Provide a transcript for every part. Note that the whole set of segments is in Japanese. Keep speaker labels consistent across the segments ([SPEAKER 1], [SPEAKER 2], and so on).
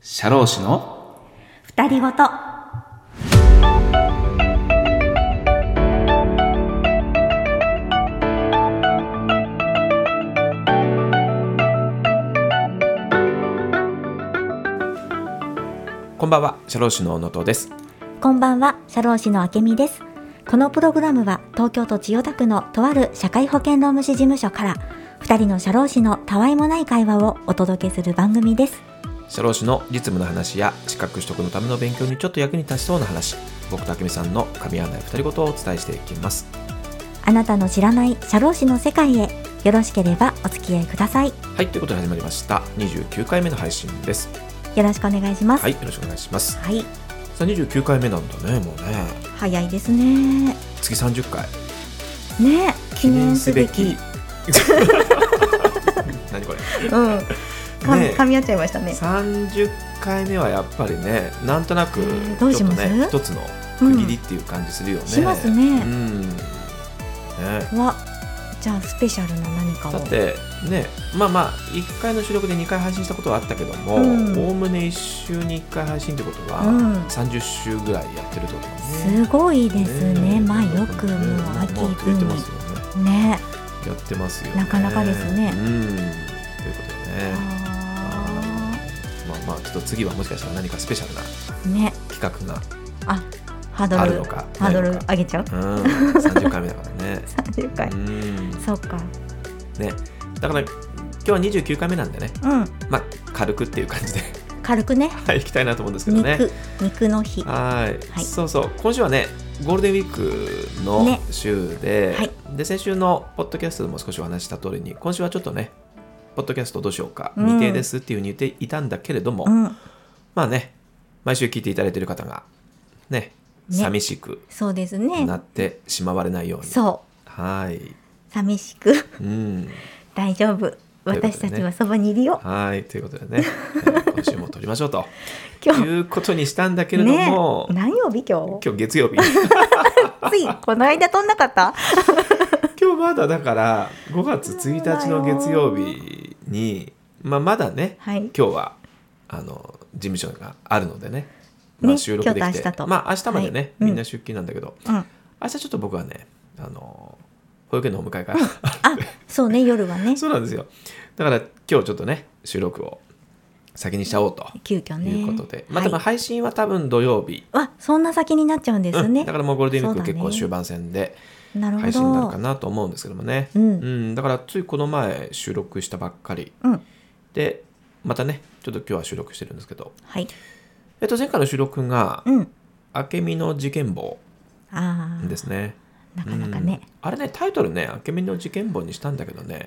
[SPEAKER 1] 社労士の
[SPEAKER 2] 二人ごと。
[SPEAKER 1] こんばんは社労士の小野とです
[SPEAKER 2] こんばんは、社労士のあけみです。このプログラムは東京都千代田区のとある社会保険労務士事務所から二人の社労士のたわいもない会話をお届けする番組です。
[SPEAKER 1] 社労士の実務の話や資格取得のための勉強にちょっと役に立ちそうな話僕とあけみさんの神案内二人ごとをお伝えしていきます
[SPEAKER 2] あなたの知らない社労士の世界へよろしければお付き合いください。
[SPEAKER 1] はいということで始まりました29回目の配信です
[SPEAKER 2] よろしくお願いします。
[SPEAKER 1] はいよろしくお願いします
[SPEAKER 2] はい、
[SPEAKER 1] さあ29回目なんだねもうね
[SPEAKER 2] 早いですね。
[SPEAKER 1] 月30回
[SPEAKER 2] ね、記念すべき。
[SPEAKER 1] 何これ
[SPEAKER 2] うん、か
[SPEAKER 1] ねえ
[SPEAKER 2] 噛み合っちゃいましたね。
[SPEAKER 1] 30回目はやっぱりねなんとなく
[SPEAKER 2] うん
[SPEAKER 1] ち
[SPEAKER 2] ど
[SPEAKER 1] ょ
[SPEAKER 2] う
[SPEAKER 1] っと
[SPEAKER 2] します
[SPEAKER 1] ね一つの区切りっていう感じするよね、
[SPEAKER 2] します
[SPEAKER 1] う
[SPEAKER 2] ね。
[SPEAKER 1] んね
[SPEAKER 2] は、じゃあスペシャルな何かを。
[SPEAKER 1] だってねまあまあ1回の収録で2回配信したことはあったけども
[SPEAKER 2] うん
[SPEAKER 1] おおむね1週に1回配信ってことは
[SPEAKER 2] うん
[SPEAKER 1] 30週ぐらいやってるってことですね
[SPEAKER 2] すごいですね。まあよくも
[SPEAKER 1] ね
[SPEAKER 2] う秋
[SPEAKER 1] もう言ってますよね
[SPEAKER 2] 分ね。
[SPEAKER 1] やってますよね
[SPEAKER 2] なかなかですね
[SPEAKER 1] うんということでね
[SPEAKER 2] あ
[SPEAKER 1] まあまあちょっと次はもしかしたら何かスペシャルな
[SPEAKER 2] ーね。
[SPEAKER 1] 企画が
[SPEAKER 2] あ、ハー
[SPEAKER 1] あ
[SPEAKER 2] ド
[SPEAKER 1] る
[SPEAKER 2] ル
[SPEAKER 1] のか
[SPEAKER 2] ハードル
[SPEAKER 1] ないのか
[SPEAKER 2] 上げちゃう？
[SPEAKER 1] うん30回目だからね
[SPEAKER 2] 三十回
[SPEAKER 1] う。ん
[SPEAKER 2] そうか。
[SPEAKER 1] ねだから今日は29回目なんでね
[SPEAKER 2] うん。
[SPEAKER 1] まあ軽くっていう感じで
[SPEAKER 2] 軽くね。
[SPEAKER 1] はい行きたいなと思うんですけどね
[SPEAKER 2] 肉肉の日。
[SPEAKER 1] はい、
[SPEAKER 2] はい
[SPEAKER 1] そうそう今週はねゴールデンウィークの
[SPEAKER 2] ね
[SPEAKER 1] 週で、
[SPEAKER 2] はい
[SPEAKER 1] で先週のポッドキャストでも少しお話しした通りに今週はちょっとねポッドキャストどうしようか、
[SPEAKER 2] うん
[SPEAKER 1] 未定ですっていうふうに言っていたんだけれども、
[SPEAKER 2] うん。
[SPEAKER 1] まあね毎週聞いていただいている方がね
[SPEAKER 2] ね
[SPEAKER 1] 寂しく
[SPEAKER 2] そうです
[SPEAKER 1] な
[SPEAKER 2] ね。
[SPEAKER 1] ってしまわれないように、
[SPEAKER 2] そ
[SPEAKER 1] はい、
[SPEAKER 2] う。寂しく
[SPEAKER 1] うん、
[SPEAKER 2] 大丈夫。
[SPEAKER 1] ということでね
[SPEAKER 2] 私たちはそばにいるよ。
[SPEAKER 1] はいということでね 今週も撮りましょうと
[SPEAKER 2] 今日
[SPEAKER 1] いうことにしたんだけれど
[SPEAKER 2] ね。
[SPEAKER 1] も、
[SPEAKER 2] 何曜日今日？
[SPEAKER 1] 今日月 曜日
[SPEAKER 2] ついこの間飛んなかった？
[SPEAKER 1] 今日まだだから5月1日の月曜日に、まあ、まだね
[SPEAKER 2] はい。
[SPEAKER 1] 今日はあの事務所があるのでね、まあ、
[SPEAKER 2] ね
[SPEAKER 1] 収録で
[SPEAKER 2] 今
[SPEAKER 1] きて、
[SPEAKER 2] 日と明日と
[SPEAKER 1] まあ明日までね、
[SPEAKER 2] はいうん
[SPEAKER 1] みんな出勤なんだけど
[SPEAKER 2] うん。
[SPEAKER 1] 明日ちょっと僕はねあの保育園のお迎えが
[SPEAKER 2] あ、そうね。夜はね。
[SPEAKER 1] そうなんですよだから今日ちょっとね収録を先にしちゃおうと
[SPEAKER 2] 急遽ね。
[SPEAKER 1] いうことで、まあ
[SPEAKER 2] は
[SPEAKER 1] 多
[SPEAKER 2] い
[SPEAKER 1] 分配信は多分土曜日、
[SPEAKER 2] あそんな先になっちゃうんです
[SPEAKER 1] う
[SPEAKER 2] ね
[SPEAKER 1] んだ。からもうゴールデンウィーク
[SPEAKER 2] そうだね
[SPEAKER 1] 結構終盤戦で
[SPEAKER 2] なるほ
[SPEAKER 1] 配信になるか
[SPEAKER 2] ど。
[SPEAKER 1] なと思うんですけどもね、
[SPEAKER 2] うん
[SPEAKER 1] だからついこの前収録したばっかり
[SPEAKER 2] うん。
[SPEAKER 1] でまたねちょっと今日は収録してるんですけど、
[SPEAKER 2] はい。
[SPEAKER 1] えっと、前回の収録が
[SPEAKER 2] うん。
[SPEAKER 1] 「あけみの事件簿
[SPEAKER 2] あ」あ。
[SPEAKER 1] ですね、
[SPEAKER 2] なかなかね
[SPEAKER 1] うん。あれねタイトルね「あけみの事件簿」にしたんだけど ね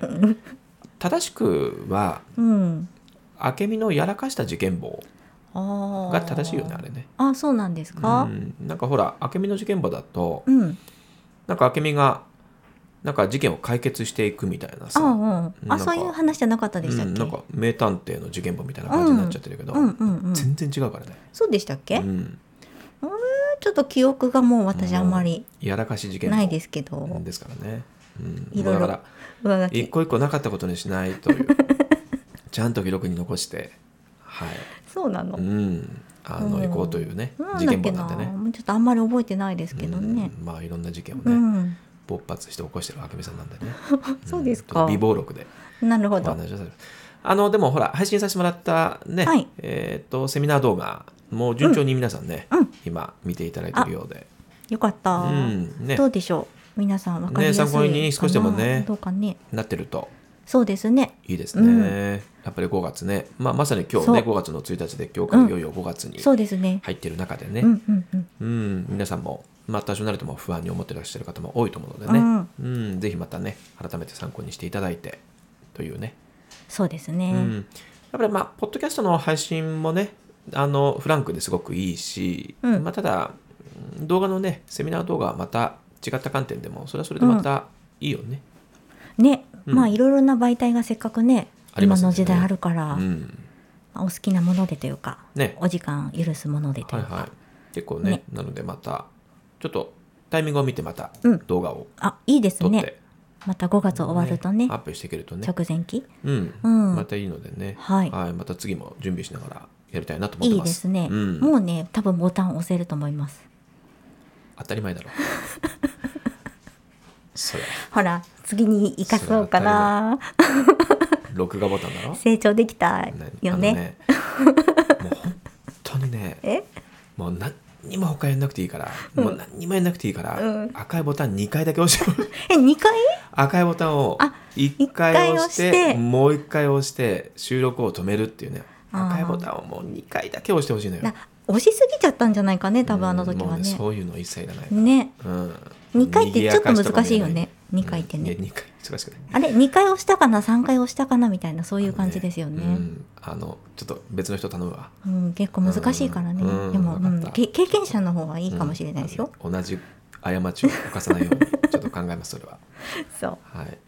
[SPEAKER 1] 正しくは
[SPEAKER 2] うん。
[SPEAKER 1] 「あけみのやらかした事件簿
[SPEAKER 2] あ」あ。
[SPEAKER 1] が正しいよねあれ。ね
[SPEAKER 2] あそうなんです
[SPEAKER 1] う
[SPEAKER 2] か。
[SPEAKER 1] ん、なんかほら「あけみの事件簿」だと
[SPEAKER 2] うん。
[SPEAKER 1] なんかあけみがなんか事件を解決していくみたいな
[SPEAKER 2] あ
[SPEAKER 1] さ
[SPEAKER 2] うん。
[SPEAKER 1] なんか
[SPEAKER 2] あそういう話じゃなかったでしたっ
[SPEAKER 1] うん、
[SPEAKER 2] け。
[SPEAKER 1] なんか名探偵の事件簿みたいな感じになっちゃってるけど、
[SPEAKER 2] うんうんうん。
[SPEAKER 1] 全然違うからね、
[SPEAKER 2] そうでしたっけ
[SPEAKER 1] う。ん、
[SPEAKER 2] ちょっと記憶がもう私あんまり
[SPEAKER 1] やらかし事件簿
[SPEAKER 2] ないですけど。
[SPEAKER 1] ですからね、うん、
[SPEAKER 2] いろい
[SPEAKER 1] だか
[SPEAKER 2] ろ
[SPEAKER 1] ら
[SPEAKER 2] 上書
[SPEAKER 1] 一
[SPEAKER 2] き。
[SPEAKER 1] 個一個なかったことにしないと いうちゃんと記録に残してはい、
[SPEAKER 2] そうなの
[SPEAKER 1] う。ん、あの
[SPEAKER 2] うん
[SPEAKER 1] 行こうというね、
[SPEAKER 2] うん
[SPEAKER 1] 事
[SPEAKER 2] だっ
[SPEAKER 1] 件
[SPEAKER 2] け
[SPEAKER 1] 簿なん
[SPEAKER 2] な。
[SPEAKER 1] でね
[SPEAKER 2] もうちょっとあんまり覚えてないですけどね。
[SPEAKER 1] うんまあいろんな事件をね、
[SPEAKER 2] うん。
[SPEAKER 1] 勃発して起こしてるあけみさんなんでね
[SPEAKER 2] そうです
[SPEAKER 1] んちょ
[SPEAKER 2] か
[SPEAKER 1] っと微暴録で
[SPEAKER 2] なるほ
[SPEAKER 1] お
[SPEAKER 2] ど。
[SPEAKER 1] 話をされるあのでもほら配信させてもらったね、
[SPEAKER 2] はい
[SPEAKER 1] えっ、とセミナー動画もう順調に皆さんね、
[SPEAKER 2] うん
[SPEAKER 1] 今見ていただいてるようで、
[SPEAKER 2] よかった。
[SPEAKER 1] うんね
[SPEAKER 2] どうでしょう皆さん分かりやすい
[SPEAKER 1] ね参考に少しでもね
[SPEAKER 2] かなどうかね
[SPEAKER 1] なってると
[SPEAKER 2] そうですね
[SPEAKER 1] いいですね、
[SPEAKER 2] うん
[SPEAKER 1] やっぱり5月ね、まあ、まさに今日
[SPEAKER 2] そう
[SPEAKER 1] ね5月の1日で今日からいよいよ5月に
[SPEAKER 2] そうですね
[SPEAKER 1] 入ってる中でね、
[SPEAKER 2] う
[SPEAKER 1] うん
[SPEAKER 2] んうんうん
[SPEAKER 1] 皆さんも、まあ、多少なりとも不安に思ってらっしゃる方も多いと思うので
[SPEAKER 2] う
[SPEAKER 1] ね
[SPEAKER 2] ん、
[SPEAKER 1] うんぜひまたね改めて参考にしていただいてというね、
[SPEAKER 2] そうです
[SPEAKER 1] う
[SPEAKER 2] ね、
[SPEAKER 1] んやっぱりまあポッドキャストの配信もねあのフランクですごくいいし、
[SPEAKER 2] うん
[SPEAKER 1] まあ、ただうん動画のねセミナー動画はまた違った観点でもそれはそれでまたいいよね。
[SPEAKER 2] ね、
[SPEAKER 1] うん
[SPEAKER 2] まあいろいろな媒体がせっかくね
[SPEAKER 1] ありま
[SPEAKER 2] 今
[SPEAKER 1] すね
[SPEAKER 2] の時代あるから、
[SPEAKER 1] うん
[SPEAKER 2] まあお好きなものでというか
[SPEAKER 1] ね
[SPEAKER 2] お時間許すものでと
[SPEAKER 1] はいいう
[SPEAKER 2] か、
[SPEAKER 1] はい、結構ね
[SPEAKER 2] ね
[SPEAKER 1] なのでまたちょっとタイミングを見てまた
[SPEAKER 2] うん
[SPEAKER 1] 動画を
[SPEAKER 2] あいいです
[SPEAKER 1] 撮って、
[SPEAKER 2] ねまた5月終わるとね
[SPEAKER 1] アップしていけるとね、
[SPEAKER 2] 直前期
[SPEAKER 1] うん
[SPEAKER 2] うん
[SPEAKER 1] またいいのでね、
[SPEAKER 2] はい
[SPEAKER 1] また次も準備しながらやりたいなと思っ
[SPEAKER 2] い
[SPEAKER 1] て
[SPEAKER 2] い
[SPEAKER 1] ま。
[SPEAKER 2] ですすね、
[SPEAKER 1] うん
[SPEAKER 2] もうね多分ボタン押せると思います
[SPEAKER 1] 当たり前だ ろ。それ、
[SPEAKER 2] ほら次に生かそうかな
[SPEAKER 1] 録画ボタンだろ。
[SPEAKER 2] 成長できたよね
[SPEAKER 1] あのねもう本当にね、
[SPEAKER 2] え
[SPEAKER 1] もう何にも他やんなくていいから、もう何にもやんなくていいから、
[SPEAKER 2] うん
[SPEAKER 1] 赤いボタン2回だけ押して
[SPEAKER 2] え2回
[SPEAKER 1] 赤いボタンを
[SPEAKER 2] あ
[SPEAKER 1] 1回押して
[SPEAKER 2] 一回押して
[SPEAKER 1] もう1回押して収録を止めるっていうね
[SPEAKER 2] あー
[SPEAKER 1] 赤いボタンをもう2回だけ押してほしいのよ
[SPEAKER 2] な押しすぎちゃったんじゃないかね多分あの時
[SPEAKER 1] うんも
[SPEAKER 2] は
[SPEAKER 1] うね
[SPEAKER 2] ね
[SPEAKER 1] そういうの一切いらない、
[SPEAKER 2] ね
[SPEAKER 1] うん、
[SPEAKER 2] 二回ってちょっと
[SPEAKER 1] 賑やか
[SPEAKER 2] 難しい
[SPEAKER 1] と
[SPEAKER 2] よ
[SPEAKER 1] か
[SPEAKER 2] ね
[SPEAKER 1] 見え
[SPEAKER 2] 二回ってね
[SPEAKER 1] うんいや2回難しくない
[SPEAKER 2] あれ2回押したかな3回押したかなみたいなそういう感じですよね
[SPEAKER 1] うん、あのちょっと別の人頼むわ
[SPEAKER 2] うん、結構難しいからね、
[SPEAKER 1] うん
[SPEAKER 2] でも、う
[SPEAKER 1] わ
[SPEAKER 2] ん
[SPEAKER 1] かった
[SPEAKER 2] け経験者の方がいいかもしれないですよ、
[SPEAKER 1] うん同じ過ちを犯さない ようにちょっと考えますそれは
[SPEAKER 2] そ
[SPEAKER 1] はい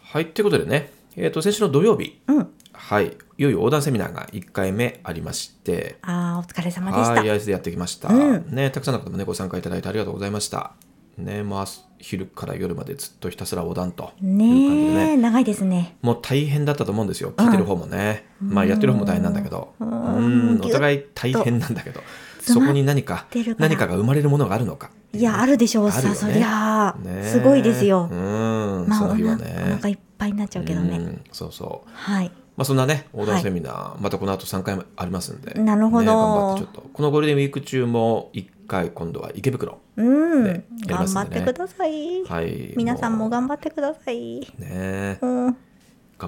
[SPEAKER 1] はいということでねえー、と先週の土曜日
[SPEAKER 2] ううん
[SPEAKER 1] はいいよいよ横断セミナーが1回目ありまして
[SPEAKER 2] あーお疲れ様でし
[SPEAKER 1] は
[SPEAKER 2] た
[SPEAKER 1] い、アイスでやってきました。
[SPEAKER 2] うん
[SPEAKER 1] ね、たくさんの方もね、ご参加いただいてありがとうございました。ね、まあ、昼から夜までずっとひたすら横断という感じで
[SPEAKER 2] ね
[SPEAKER 1] ね
[SPEAKER 2] え、長いですね
[SPEAKER 1] もう大変だったと思うんですよ。聞いてる方もね。
[SPEAKER 2] ん
[SPEAKER 1] まあ、やってる方も大変なんだけど。う
[SPEAKER 2] うん
[SPEAKER 1] ん、お互い大変なんだけど、そこに何か
[SPEAKER 2] 詰まってる、から
[SPEAKER 1] 何かが生まれるものがあるのか。
[SPEAKER 2] いやあるでしょう
[SPEAKER 1] あるよ
[SPEAKER 2] さ
[SPEAKER 1] ね
[SPEAKER 2] そりゃあ、
[SPEAKER 1] ね
[SPEAKER 2] すごいですよ
[SPEAKER 1] う、ん、
[SPEAKER 2] まあ
[SPEAKER 1] そ
[SPEAKER 2] お
[SPEAKER 1] の日
[SPEAKER 2] 腹
[SPEAKER 1] は
[SPEAKER 2] お
[SPEAKER 1] ね。
[SPEAKER 2] 腹いっぱいになっちゃうけどね、
[SPEAKER 1] うん、そうそう。
[SPEAKER 2] はい
[SPEAKER 1] まあ、そんなね、横
[SPEAKER 2] は
[SPEAKER 1] 断
[SPEAKER 2] い
[SPEAKER 1] セミナー、またこの後3回もありますんで、
[SPEAKER 2] なるほど
[SPEAKER 1] ね頑張ってちょっと、このゴールデンウィーク中も1回、今度は池袋、
[SPEAKER 2] うん、
[SPEAKER 1] ねやりま
[SPEAKER 2] 頑
[SPEAKER 1] すんでね
[SPEAKER 2] 張ってください、
[SPEAKER 1] はい、
[SPEAKER 2] 皆さんも頑
[SPEAKER 1] 張
[SPEAKER 2] 張ってください
[SPEAKER 1] ねえ
[SPEAKER 2] うん
[SPEAKER 1] 頑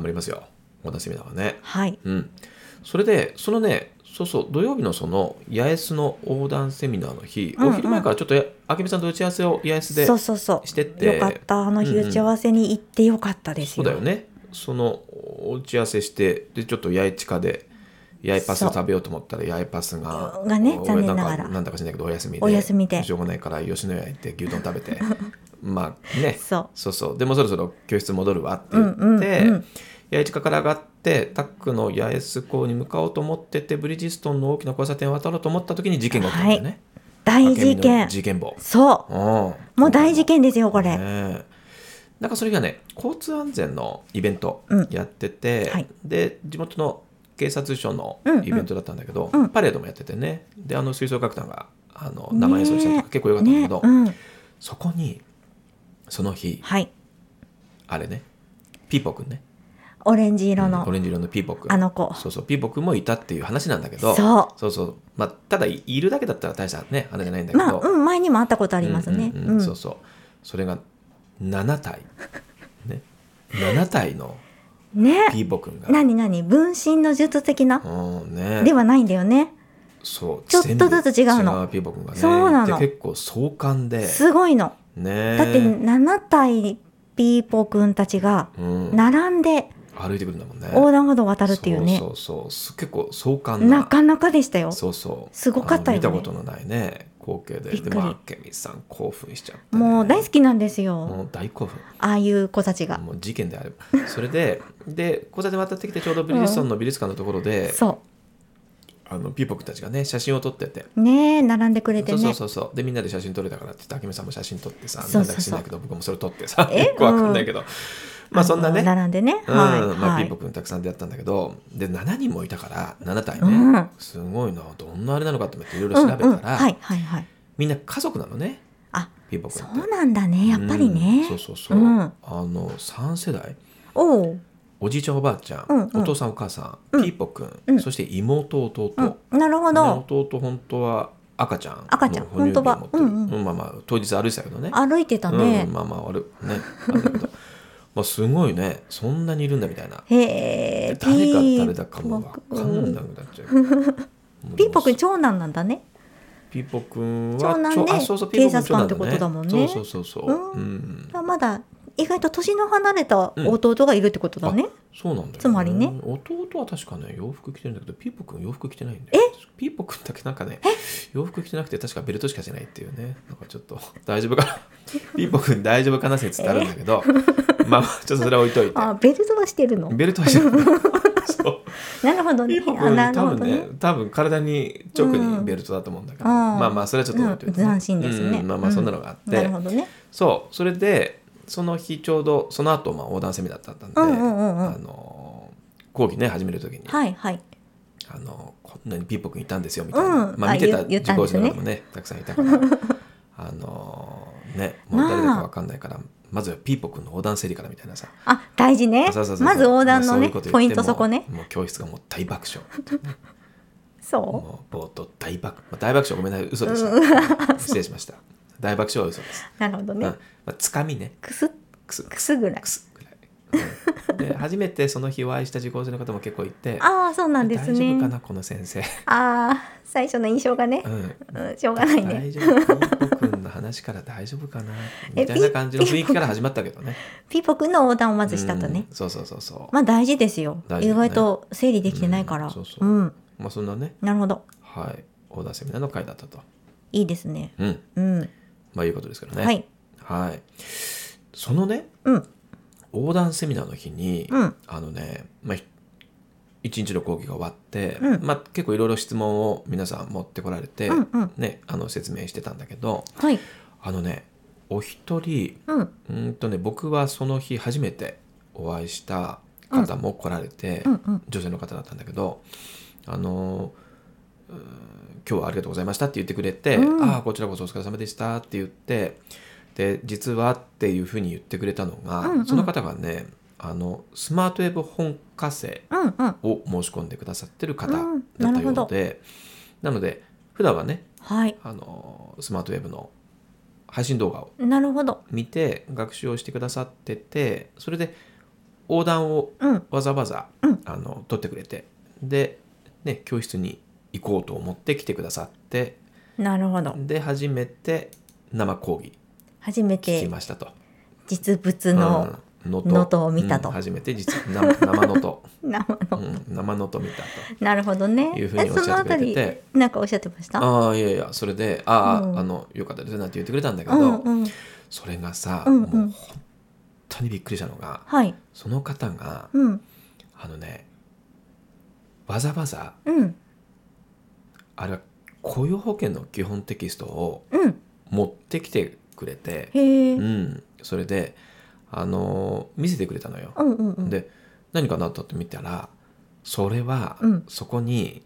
[SPEAKER 1] 張りますよ、横断セミナーはね。
[SPEAKER 2] はい
[SPEAKER 1] うん、それで、そのね、そうそう、土曜日のその八重洲の横断セミナーの日、
[SPEAKER 2] うんうん
[SPEAKER 1] お昼前からちょっとや、あけみさんと打ち合わせを八重洲で
[SPEAKER 2] そうそうそ
[SPEAKER 1] してっ
[SPEAKER 2] う
[SPEAKER 1] て、
[SPEAKER 2] よかったあの日打ち合わせに行ってよかったです
[SPEAKER 1] そ
[SPEAKER 2] よ、
[SPEAKER 1] うだよねそのお打ち合わせしてでちょっと八重地下で八重パス
[SPEAKER 2] そう
[SPEAKER 1] 食べようと思ったら八重パスが
[SPEAKER 2] がね
[SPEAKER 1] お
[SPEAKER 2] 残念ながら
[SPEAKER 1] んかんだかしないけどお休みで
[SPEAKER 2] お休みで
[SPEAKER 1] しょうがないから吉野家行って牛丼食べ てまあね
[SPEAKER 2] そう
[SPEAKER 1] そうそうでもそろそろ教室戻るわって言って、
[SPEAKER 2] うんうんうん
[SPEAKER 1] 八重地下から上がってタックの八重洲港に向かおうと思っててブリヂストンの大きな交差点を渡ろうと思った時に事件が起きたんだよね、
[SPEAKER 2] 大
[SPEAKER 1] 明美
[SPEAKER 2] 事
[SPEAKER 1] の
[SPEAKER 2] 件
[SPEAKER 1] 事件簿
[SPEAKER 2] そ
[SPEAKER 1] うんも
[SPEAKER 2] うもう大事件ですよこれ、
[SPEAKER 1] ねえなんかそれがね交通安全のイベント
[SPEAKER 2] うん
[SPEAKER 1] やってて、
[SPEAKER 2] はい
[SPEAKER 1] で地元の警察署の
[SPEAKER 2] うんうん
[SPEAKER 1] イベントだったんだけど、
[SPEAKER 2] うん
[SPEAKER 1] パレードもやっててねであの吹奏楽団があの
[SPEAKER 2] ねえ
[SPEAKER 1] 生演奏したりとか結構良かったんだけど、
[SPEAKER 2] ねうん、
[SPEAKER 1] そこにその日
[SPEAKER 2] はい
[SPEAKER 1] あれねピーポくんね
[SPEAKER 2] オレンジ色
[SPEAKER 1] うん
[SPEAKER 2] の
[SPEAKER 1] オレンジ色のピーポくん
[SPEAKER 2] あの子
[SPEAKER 1] そうそうピーポくんもいたっていう話なんだけど
[SPEAKER 2] そう
[SPEAKER 1] そうそうまあ、ただいいるだけだったら大したねあれじゃないんだけど、
[SPEAKER 2] まあ、うん、前にも会ったことありますね。
[SPEAKER 1] うんうん
[SPEAKER 2] う
[SPEAKER 1] うん
[SPEAKER 2] ん
[SPEAKER 1] そうそうそれが7体ね7体の
[SPEAKER 2] ね、
[SPEAKER 1] ピーボくん が、
[SPEAKER 2] なになに、分身の術的な、
[SPEAKER 1] うんね、
[SPEAKER 2] ではないんだよね。
[SPEAKER 1] そう
[SPEAKER 2] ちょっとずつ違うの
[SPEAKER 1] 全部ピーボくんがね
[SPEAKER 2] そうなの
[SPEAKER 1] で結構壮観で、
[SPEAKER 2] すごいの。
[SPEAKER 1] ね、
[SPEAKER 2] だって、七体ピーポーくんたちが
[SPEAKER 1] うん、
[SPEAKER 2] 並んで
[SPEAKER 1] 歩いてくるんだもんね
[SPEAKER 2] 横断歩道を渡るっていうね
[SPEAKER 1] そ。うそうそうす結構壮観な
[SPEAKER 2] なかなかでしたよ。
[SPEAKER 1] そうそう
[SPEAKER 2] すごかったよね
[SPEAKER 1] あの見たことのないね光景で
[SPEAKER 2] びっくり
[SPEAKER 1] でもあけみさん興奮しちゃって、
[SPEAKER 2] もう大好きなんですよ。
[SPEAKER 1] もう大興奮
[SPEAKER 2] ああいう子たちが。
[SPEAKER 1] もう事件であればそれでで交差点渡ってきてちょうどブリヂストンの美術館のところで、
[SPEAKER 2] そ
[SPEAKER 1] あのピーポくたちがね写真を撮ってて。
[SPEAKER 2] う。ねえ、並んでくれて
[SPEAKER 1] そう
[SPEAKER 2] ね。
[SPEAKER 1] そうそうそうでみんなで写真撮れたからって言って明美さんも写真撮ってさ
[SPEAKER 2] そうそ
[SPEAKER 1] なんだ
[SPEAKER 2] うそう
[SPEAKER 1] か知んないけど僕もそれ撮ってさ
[SPEAKER 2] え
[SPEAKER 1] よくわかんないけど、まあそんなね
[SPEAKER 2] の並んでね。
[SPEAKER 1] うん
[SPEAKER 2] はい。
[SPEAKER 1] まあ、
[SPEAKER 2] は
[SPEAKER 1] ピーポ
[SPEAKER 2] い。
[SPEAKER 1] くんたくさんでやったんだけどで7人もいたから7体ね、
[SPEAKER 2] うん
[SPEAKER 1] すごいなどんなあれなのかと思っていろいろ
[SPEAKER 2] う
[SPEAKER 1] 調
[SPEAKER 2] ん、
[SPEAKER 1] べたら、
[SPEAKER 2] うん、はい、はい、はい。
[SPEAKER 1] みんな家族なのね
[SPEAKER 2] あ、
[SPEAKER 1] ピーポくん
[SPEAKER 2] そ
[SPEAKER 1] って
[SPEAKER 2] うなんだね、やっぱりね。
[SPEAKER 1] うんそうそうそう、
[SPEAKER 2] うん
[SPEAKER 1] あの3世代
[SPEAKER 2] おう、
[SPEAKER 1] おじいちゃんおばあちゃん、
[SPEAKER 2] うんうん
[SPEAKER 1] お父さんお母さん、
[SPEAKER 2] うん
[SPEAKER 1] ピーポくん、
[SPEAKER 2] うん
[SPEAKER 1] そして妹弟、
[SPEAKER 2] うん、なるほど。
[SPEAKER 1] ね弟本当は赤ちゃん
[SPEAKER 2] 赤ちゃん
[SPEAKER 1] の哺乳瓶を持ってる
[SPEAKER 2] 本当はうんうん
[SPEAKER 1] うんまあまあ当日歩いてたけどね
[SPEAKER 2] 歩いてたね
[SPEAKER 1] うん、、まあまああれねあれだけど まあすごいねそんなにいるんだみたいな
[SPEAKER 2] へえ
[SPEAKER 1] 誰が
[SPEAKER 2] ピー
[SPEAKER 1] 誰だかも分かんなくなっちゃうもう
[SPEAKER 2] ピーポくん長男なんだね
[SPEAKER 1] ピーポくんは
[SPEAKER 2] 長男で
[SPEAKER 1] ちょあそうそうピーポくん
[SPEAKER 2] 警察官って
[SPEAKER 1] 長男
[SPEAKER 2] ことだもんね
[SPEAKER 1] そうそうそうそうう、
[SPEAKER 2] う
[SPEAKER 1] うん
[SPEAKER 2] まだ意外と年の離れた弟がいるってことだね、
[SPEAKER 1] そうなんだよ、ね、
[SPEAKER 2] つまりね
[SPEAKER 1] 弟は確かね洋服着てるんだけどピーポくん洋服着てないんだよピーポくんだけなんかね洋服着てなくて確かベルトしかしてないっていうねなんかちょっと大丈夫かな ピーポくん大丈夫かな説ってあるんだけどまあまあちょっとそれは置いといて
[SPEAKER 2] あベルトはしてるの
[SPEAKER 1] ベルトはしてるそう
[SPEAKER 2] なるほど
[SPEAKER 1] ピ
[SPEAKER 2] ね
[SPEAKER 1] ーポく
[SPEAKER 2] あ
[SPEAKER 1] ん
[SPEAKER 2] なる
[SPEAKER 1] 多
[SPEAKER 2] ほ
[SPEAKER 1] 分
[SPEAKER 2] ど
[SPEAKER 1] ね
[SPEAKER 2] ね
[SPEAKER 1] 多分体に直
[SPEAKER 2] う
[SPEAKER 1] に
[SPEAKER 2] ん
[SPEAKER 1] ベルトだと思うんだけど、
[SPEAKER 2] あー
[SPEAKER 1] まあまあそれはちょっと置いといてね、
[SPEAKER 2] うん斬新ですね
[SPEAKER 1] うんまあまあそんなのがあって、
[SPEAKER 2] なるほどね
[SPEAKER 1] そうそれでその日ちょうどその後まあ横断セミナーだったんで、
[SPEAKER 2] うんうんうんうん
[SPEAKER 1] あの講義ね始める時に、
[SPEAKER 2] はいはい
[SPEAKER 1] あのこんなにピーポくんいたんですよみたいな、
[SPEAKER 2] うん
[SPEAKER 1] まあ、
[SPEAKER 2] あ
[SPEAKER 1] 見てた
[SPEAKER 2] 言言っ
[SPEAKER 1] 受
[SPEAKER 2] たんで
[SPEAKER 1] 講
[SPEAKER 2] す
[SPEAKER 1] 生
[SPEAKER 2] ね
[SPEAKER 1] の方もねたくさんいたから あのねもう誰だかわかんないから、まずはピーポくんの横断整理からみたいなさ
[SPEAKER 2] あ大事ね
[SPEAKER 1] そうそうそうそう
[SPEAKER 2] まず横断の
[SPEAKER 1] まあそうい
[SPEAKER 2] ね
[SPEAKER 1] うこと言って
[SPEAKER 2] ポイントそこね
[SPEAKER 1] もうもう教室がもう大爆笑
[SPEAKER 2] そう
[SPEAKER 1] もう冒頭大爆、まあ、大爆笑ごめんなさい嘘でした、失礼しました大爆笑は嘘です、
[SPEAKER 2] なるほど
[SPEAKER 1] うん
[SPEAKER 2] ね、
[SPEAKER 1] まあ、つかみね
[SPEAKER 2] くす
[SPEAKER 1] くす
[SPEAKER 2] くすぐらい
[SPEAKER 1] くすぐらい、うんで初めてその日お会いした受講生の方も結構い て
[SPEAKER 2] ああそうなんです
[SPEAKER 1] 大丈
[SPEAKER 2] ね
[SPEAKER 1] 夫かなこの先 生、
[SPEAKER 2] ああ最初の印象がね
[SPEAKER 1] う、ん、
[SPEAKER 2] うん、しょうがないね
[SPEAKER 1] 大丈夫ピーポくんの話から大丈夫かな
[SPEAKER 2] え
[SPEAKER 1] みたいな感じの雰囲気から始まったけどね。
[SPEAKER 2] ピーポくんの横断をまずしたとね
[SPEAKER 1] うんそうそうそうそう。
[SPEAKER 2] まあ大事ですよ、
[SPEAKER 1] 大事
[SPEAKER 2] 意
[SPEAKER 1] だね
[SPEAKER 2] 外と整理できてないから
[SPEAKER 1] うんそうそう
[SPEAKER 2] うん
[SPEAKER 1] まあそんなね、
[SPEAKER 2] なるほど
[SPEAKER 1] はい、オーダーセミナーの回だったと。
[SPEAKER 2] いいですね
[SPEAKER 1] うん、
[SPEAKER 2] うん
[SPEAKER 1] まあいうことですからね。
[SPEAKER 2] はい
[SPEAKER 1] はい。そのね、
[SPEAKER 2] うん
[SPEAKER 1] 横断セミナーの日に、
[SPEAKER 2] うん
[SPEAKER 1] あのね、まあひ一日の講義が終わって、
[SPEAKER 2] うん
[SPEAKER 1] まあ結構いろいろ質問を皆さん持ってこられて、
[SPEAKER 2] うんうん
[SPEAKER 1] ね、あの説明してたんだけど、
[SPEAKER 2] はい
[SPEAKER 1] あのね、お一人
[SPEAKER 2] うん
[SPEAKER 1] うーんとね僕はその日初めてお会いした方も来られて、
[SPEAKER 2] うんうん
[SPEAKER 1] 女性の方だったんだけどあのうーん今日はありがとうございましたって言ってくれて、
[SPEAKER 2] うん
[SPEAKER 1] ああこちらこそお疲れ様でしたって言ってで実はっていうふうに言ってくれたのが、
[SPEAKER 2] うんうん
[SPEAKER 1] その方がねあのスマートウェブ本科生
[SPEAKER 2] うんうん
[SPEAKER 1] を申し込んでくださってる方
[SPEAKER 2] うん
[SPEAKER 1] だ
[SPEAKER 2] な
[SPEAKER 1] った
[SPEAKER 2] るほど
[SPEAKER 1] ようで、なので普段はね
[SPEAKER 2] はい
[SPEAKER 1] あのスマートウェブの配信動画を
[SPEAKER 2] なるほど
[SPEAKER 1] 見て学習をしてくださっててそれで横断を
[SPEAKER 2] うん
[SPEAKER 1] わざわざ、
[SPEAKER 2] うん
[SPEAKER 1] あの取ってくれてで、ね、教室に行こうと思って来てくださって
[SPEAKER 2] なるほど
[SPEAKER 1] で初めて生講義
[SPEAKER 2] 初め
[SPEAKER 1] 聞き
[SPEAKER 2] て
[SPEAKER 1] ましたと。
[SPEAKER 2] 実物の
[SPEAKER 1] うん能
[SPEAKER 2] 能登を見たと
[SPEAKER 1] うん初めて実生生の と、
[SPEAKER 2] 生
[SPEAKER 1] う
[SPEAKER 2] の、
[SPEAKER 1] ん、生のと見たと。
[SPEAKER 2] なるほどね
[SPEAKER 1] いうふうにおっしゃってくれてて
[SPEAKER 2] えそのあたりなんかおっしゃってました
[SPEAKER 1] ああいやいやそれで「ああ、
[SPEAKER 2] うん
[SPEAKER 1] あのよかったです」なんて言ってくれたんだけ
[SPEAKER 2] う
[SPEAKER 1] ど、
[SPEAKER 2] んうん
[SPEAKER 1] それがさ、
[SPEAKER 2] うんうん
[SPEAKER 1] もう本当にびっくりしたのが
[SPEAKER 2] はい
[SPEAKER 1] その方が
[SPEAKER 2] うん
[SPEAKER 1] あのねわざわざ
[SPEAKER 2] うん
[SPEAKER 1] あれは雇用保険の基本テキストを
[SPEAKER 2] うん
[SPEAKER 1] 持ってきてくれて、
[SPEAKER 2] へえ、う、
[SPEAKER 1] うんん、それであの見せてくれたのよ。
[SPEAKER 2] うんうん
[SPEAKER 1] で何かなと思って見たらそれは
[SPEAKER 2] うん
[SPEAKER 1] そこに、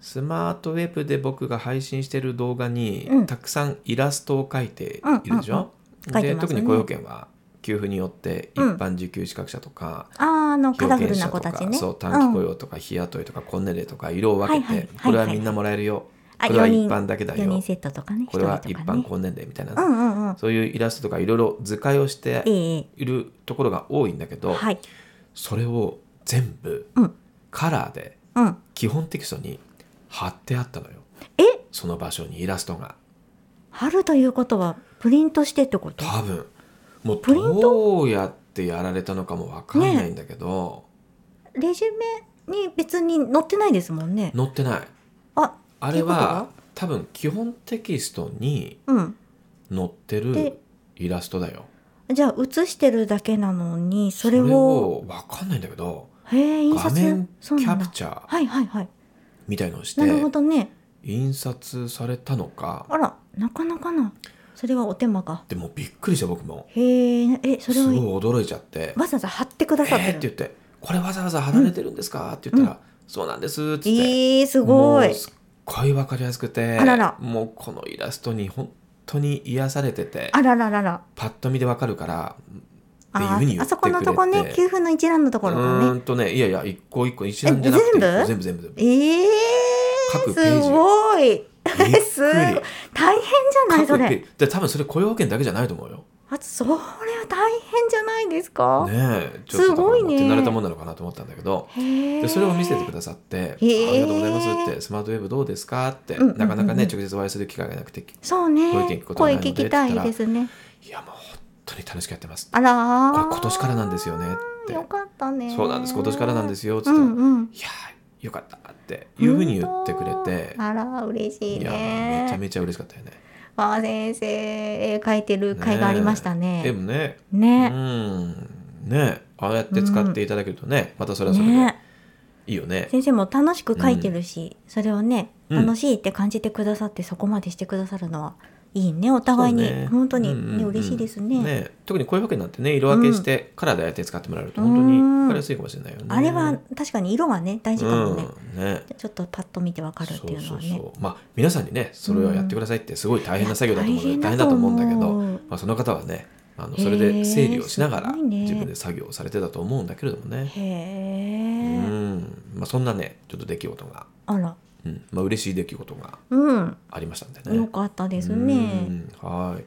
[SPEAKER 1] スマートウェブで僕が配信してる動画に、
[SPEAKER 2] うん
[SPEAKER 1] たくさんイラストを描いているでしょ、
[SPEAKER 2] うんうんうん描いて
[SPEAKER 1] で
[SPEAKER 2] ますね
[SPEAKER 1] 特に雇用保険は給付によって一
[SPEAKER 2] うん
[SPEAKER 1] 般受給資格者とか、
[SPEAKER 2] あーあのカ
[SPEAKER 1] 有
[SPEAKER 2] ラフ
[SPEAKER 1] 権
[SPEAKER 2] ル
[SPEAKER 1] 者
[SPEAKER 2] な
[SPEAKER 1] と
[SPEAKER 2] 子
[SPEAKER 1] か
[SPEAKER 2] たちね
[SPEAKER 1] そう短期雇
[SPEAKER 2] うん、
[SPEAKER 1] 用とか日雇いとかコンネレとか色を分けて、
[SPEAKER 2] はいはいはいはい
[SPEAKER 1] これはみんなもらえるよ、
[SPEAKER 2] あ
[SPEAKER 1] これは
[SPEAKER 2] 四人
[SPEAKER 1] 一般だけだ
[SPEAKER 2] 4
[SPEAKER 1] よ
[SPEAKER 2] 人セットとかね
[SPEAKER 1] これは一
[SPEAKER 2] 一人とかね
[SPEAKER 1] 般婚年齢みたいな、
[SPEAKER 2] うんうんうん
[SPEAKER 1] そういうイラストとかいろいろ図解をして
[SPEAKER 2] ええ
[SPEAKER 1] いるところが多いんだけど、
[SPEAKER 2] はい
[SPEAKER 1] それを全部
[SPEAKER 2] うん
[SPEAKER 1] カラーで
[SPEAKER 2] うん
[SPEAKER 1] 基本テキストに貼ってあったのよ
[SPEAKER 2] え
[SPEAKER 1] その場所にイラストが
[SPEAKER 2] 春ということはプリントしてってこと
[SPEAKER 1] 多分もう
[SPEAKER 2] プリント
[SPEAKER 1] どうやってやられたのかもわかんないんだけど、
[SPEAKER 2] レジュメに別に載ってないですもんね
[SPEAKER 1] 載ってない
[SPEAKER 2] あ
[SPEAKER 1] あれ
[SPEAKER 2] っていう
[SPEAKER 1] は多分基本テキストに
[SPEAKER 2] うん
[SPEAKER 1] 載って
[SPEAKER 2] で
[SPEAKER 1] るイラストだよ
[SPEAKER 2] じゃあ写してるだけなのにそれを
[SPEAKER 1] それを分かんないんだけど
[SPEAKER 2] へえ印
[SPEAKER 1] 画
[SPEAKER 2] 刷
[SPEAKER 1] 面キ
[SPEAKER 2] そうな
[SPEAKER 1] ャ
[SPEAKER 2] んだ
[SPEAKER 1] プチャー
[SPEAKER 2] はいはいはい
[SPEAKER 1] みたいのをして
[SPEAKER 2] なるほどね
[SPEAKER 1] 印刷されたのか
[SPEAKER 2] あらなかなかなそれはお手間が
[SPEAKER 1] でもびっくりした僕も
[SPEAKER 2] へええそれ
[SPEAKER 1] すごい
[SPEAKER 2] を
[SPEAKER 1] 驚いちゃって
[SPEAKER 2] わざわざ貼って
[SPEAKER 1] 「
[SPEAKER 2] くだ
[SPEAKER 1] え
[SPEAKER 2] さ
[SPEAKER 1] ー
[SPEAKER 2] っ、
[SPEAKER 1] ってて言っ
[SPEAKER 2] る
[SPEAKER 1] て「これわざわざ貼られてるんですか?」って言ったら「そうなんです」って言って、
[SPEAKER 2] えー、すご
[SPEAKER 1] も
[SPEAKER 2] いう
[SPEAKER 1] すっごい分かりやすくて
[SPEAKER 2] あらら
[SPEAKER 1] もうこのイラストに本当に癒されてて
[SPEAKER 2] あらららら
[SPEAKER 1] パッと見で分かるからっていう
[SPEAKER 2] あ
[SPEAKER 1] ふうに
[SPEAKER 2] ー
[SPEAKER 1] 言
[SPEAKER 2] あ
[SPEAKER 1] って
[SPEAKER 2] そ
[SPEAKER 1] く
[SPEAKER 2] こ
[SPEAKER 1] れて
[SPEAKER 2] のとこね給付の一覧のところ
[SPEAKER 1] う
[SPEAKER 2] が
[SPEAKER 1] ー
[SPEAKER 2] ね
[SPEAKER 1] んとねいやいや一個一個一覧じゃなくて全
[SPEAKER 2] え
[SPEAKER 1] 部全部全 部
[SPEAKER 2] ええー、
[SPEAKER 1] 各ペー
[SPEAKER 2] す
[SPEAKER 1] ジ
[SPEAKER 2] ごい
[SPEAKER 1] びっくり
[SPEAKER 2] すごい大変じゃないそ
[SPEAKER 1] 各ペー
[SPEAKER 2] れ
[SPEAKER 1] ジで多分それ雇用保険だけじゃないと思うよ
[SPEAKER 2] あそれは大変じゃないですか、
[SPEAKER 1] ねえちょっとだから
[SPEAKER 2] すごいね
[SPEAKER 1] 持って慣れたもんなのかなと思ったんだけど
[SPEAKER 2] へえ
[SPEAKER 1] でそれを見せてくださって「あ
[SPEAKER 2] へえ
[SPEAKER 1] りがとうございます」って「スマートウェブどうですか?」って
[SPEAKER 2] うんうんうん
[SPEAKER 1] なかなかね直接お会いする機会がなくて「
[SPEAKER 2] そうね
[SPEAKER 1] ご意見聞くことは
[SPEAKER 2] 声
[SPEAKER 1] ないので
[SPEAKER 2] 聞きたいですね
[SPEAKER 1] いやもう本当に楽しくやってます」
[SPEAKER 2] あらー
[SPEAKER 1] これ今年からなんですよねって
[SPEAKER 2] よかったね
[SPEAKER 1] そうなんです今年からなんですよ」つ
[SPEAKER 2] う
[SPEAKER 1] って「
[SPEAKER 2] んうん
[SPEAKER 1] いやーよかった」っていうふうに言ってくれて
[SPEAKER 2] 本当あら嬉しい
[SPEAKER 1] いやーめちゃ
[SPEAKER 2] ね
[SPEAKER 1] めちゃ嬉しかったよね。
[SPEAKER 2] わあ先生絵描いてる甲斐がありました
[SPEAKER 1] で
[SPEAKER 2] ね
[SPEAKER 1] もねう
[SPEAKER 2] ね
[SPEAKER 1] んねああやって使っていただけるとねまたそれはそれで
[SPEAKER 2] ね
[SPEAKER 1] いいよね。
[SPEAKER 2] 先生も楽しく描いてるし、それをね
[SPEAKER 1] うん
[SPEAKER 2] 楽しいって感じてくださってそこまでしてくださるのはいいねお互いに、
[SPEAKER 1] そうね
[SPEAKER 2] 本当に、
[SPEAKER 1] うんうんうん
[SPEAKER 2] ね嬉しいですね
[SPEAKER 1] ね特にこういうわけになってね色分けしてカラーであえて使ってもらえると本当
[SPEAKER 2] う
[SPEAKER 1] に
[SPEAKER 2] ん
[SPEAKER 1] 分かりやすいかもしれないよね。
[SPEAKER 2] あれは確かに色はね大事かもね、
[SPEAKER 1] うんね
[SPEAKER 2] ちょっとパッと見てわかるっていうのはね
[SPEAKER 1] そうそうそうまあ皆さんにねそれをやってくださいってすごい大変な作業だと思うので、
[SPEAKER 2] いや
[SPEAKER 1] 大変だと思うんだけ
[SPEAKER 2] 大変だと
[SPEAKER 1] ど、
[SPEAKER 2] 思う
[SPEAKER 1] まあ、その方はねあの
[SPEAKER 2] へー
[SPEAKER 1] それで整理をしながら
[SPEAKER 2] すごいね
[SPEAKER 1] 自分で作業をされてたと思うんだけれどもね
[SPEAKER 2] へえ、
[SPEAKER 1] うんまあ、そんなねちょっと出来事が、
[SPEAKER 2] あら
[SPEAKER 1] うんまあ嬉しい出来事が
[SPEAKER 2] うん
[SPEAKER 1] ありましたんでね。
[SPEAKER 2] よかったです
[SPEAKER 1] う
[SPEAKER 2] ね
[SPEAKER 1] んはい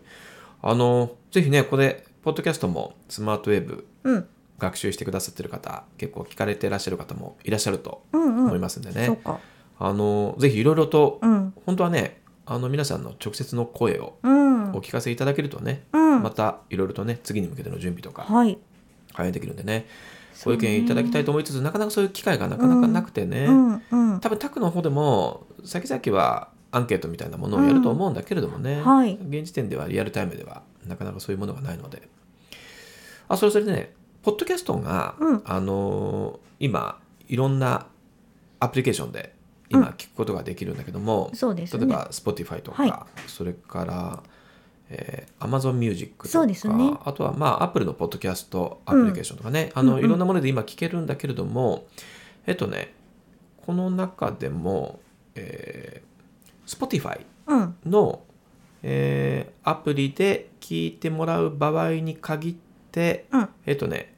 [SPEAKER 1] あのぜひねこれポッドキャストもスマートウェブ
[SPEAKER 2] うん
[SPEAKER 1] 学習してくださってる方結構聞かれてらっしゃる方もいらっしゃると
[SPEAKER 2] うんうん
[SPEAKER 1] 思いますんでね、
[SPEAKER 2] そうか
[SPEAKER 1] あのぜひいろいろと
[SPEAKER 2] うん
[SPEAKER 1] 本当はねあの皆さんの直接の声を
[SPEAKER 2] うん
[SPEAKER 1] お聞かせいただけるとね、
[SPEAKER 2] うん
[SPEAKER 1] またいろいろとね次に向けての準備とか
[SPEAKER 2] はい
[SPEAKER 1] 早いできるんでね
[SPEAKER 2] そ
[SPEAKER 1] ご
[SPEAKER 2] う
[SPEAKER 1] 意
[SPEAKER 2] ね
[SPEAKER 1] 見いただきたいと思いつつなかなかそういう機会がなかなかなくてね、
[SPEAKER 2] うんうん
[SPEAKER 1] 多分タクの方でも先々はアンケートみたいなものをやると思うんだけれどもね、
[SPEAKER 2] んはい
[SPEAKER 1] 現時点ではリアルタイムではなかなかそういうものがないのであそれそれでねポッドキャストが、
[SPEAKER 2] うん
[SPEAKER 1] あのー今いろんなアプリケーションで今聞くことができるんだけども、
[SPEAKER 2] そうですね
[SPEAKER 1] 例えば Spotify とか、
[SPEAKER 2] はい
[SPEAKER 1] それから、えー、Amazon Music とか
[SPEAKER 2] そうですね
[SPEAKER 1] あとはまあ Apple のポッドキャストアプリケーションとかね、あの
[SPEAKER 2] うんうん
[SPEAKER 1] いろんなもので今聞けるんだけれどもえっとねこの中でも、えー、Spotify
[SPEAKER 2] うん
[SPEAKER 1] の、えーアプリで聞いてもらう場合に限って、
[SPEAKER 2] うん
[SPEAKER 1] えっとね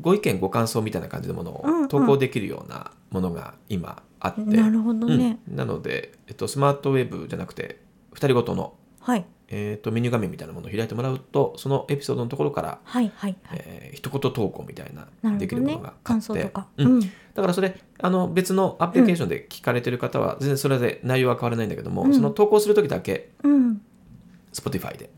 [SPEAKER 1] ご意見ご感想みたいな感じのも
[SPEAKER 2] うん
[SPEAKER 1] の
[SPEAKER 2] う
[SPEAKER 1] を
[SPEAKER 2] ん
[SPEAKER 1] 投稿できるようなものが今あって、
[SPEAKER 2] なるほどね、
[SPEAKER 1] うんなので、えっと、スマートウェブじゃなくて2人ごとの、
[SPEAKER 2] はい
[SPEAKER 1] えっとメニュー画面みたいなものを開いてもらうとそのエピソードのところから、
[SPEAKER 2] はいはいはい、
[SPEAKER 1] えー一言投稿みたいな
[SPEAKER 2] なる
[SPEAKER 1] でき
[SPEAKER 2] ほ
[SPEAKER 1] る
[SPEAKER 2] ど
[SPEAKER 1] ものが
[SPEAKER 2] ね
[SPEAKER 1] あって
[SPEAKER 2] 感想とか
[SPEAKER 1] うん
[SPEAKER 2] うん
[SPEAKER 1] だからそれあの別のアプリケーションで聞かれてる方は全然それで内容は変わらないんだけども、
[SPEAKER 2] うん
[SPEAKER 1] その投稿する時だけ
[SPEAKER 2] うん、
[SPEAKER 1] Spotify で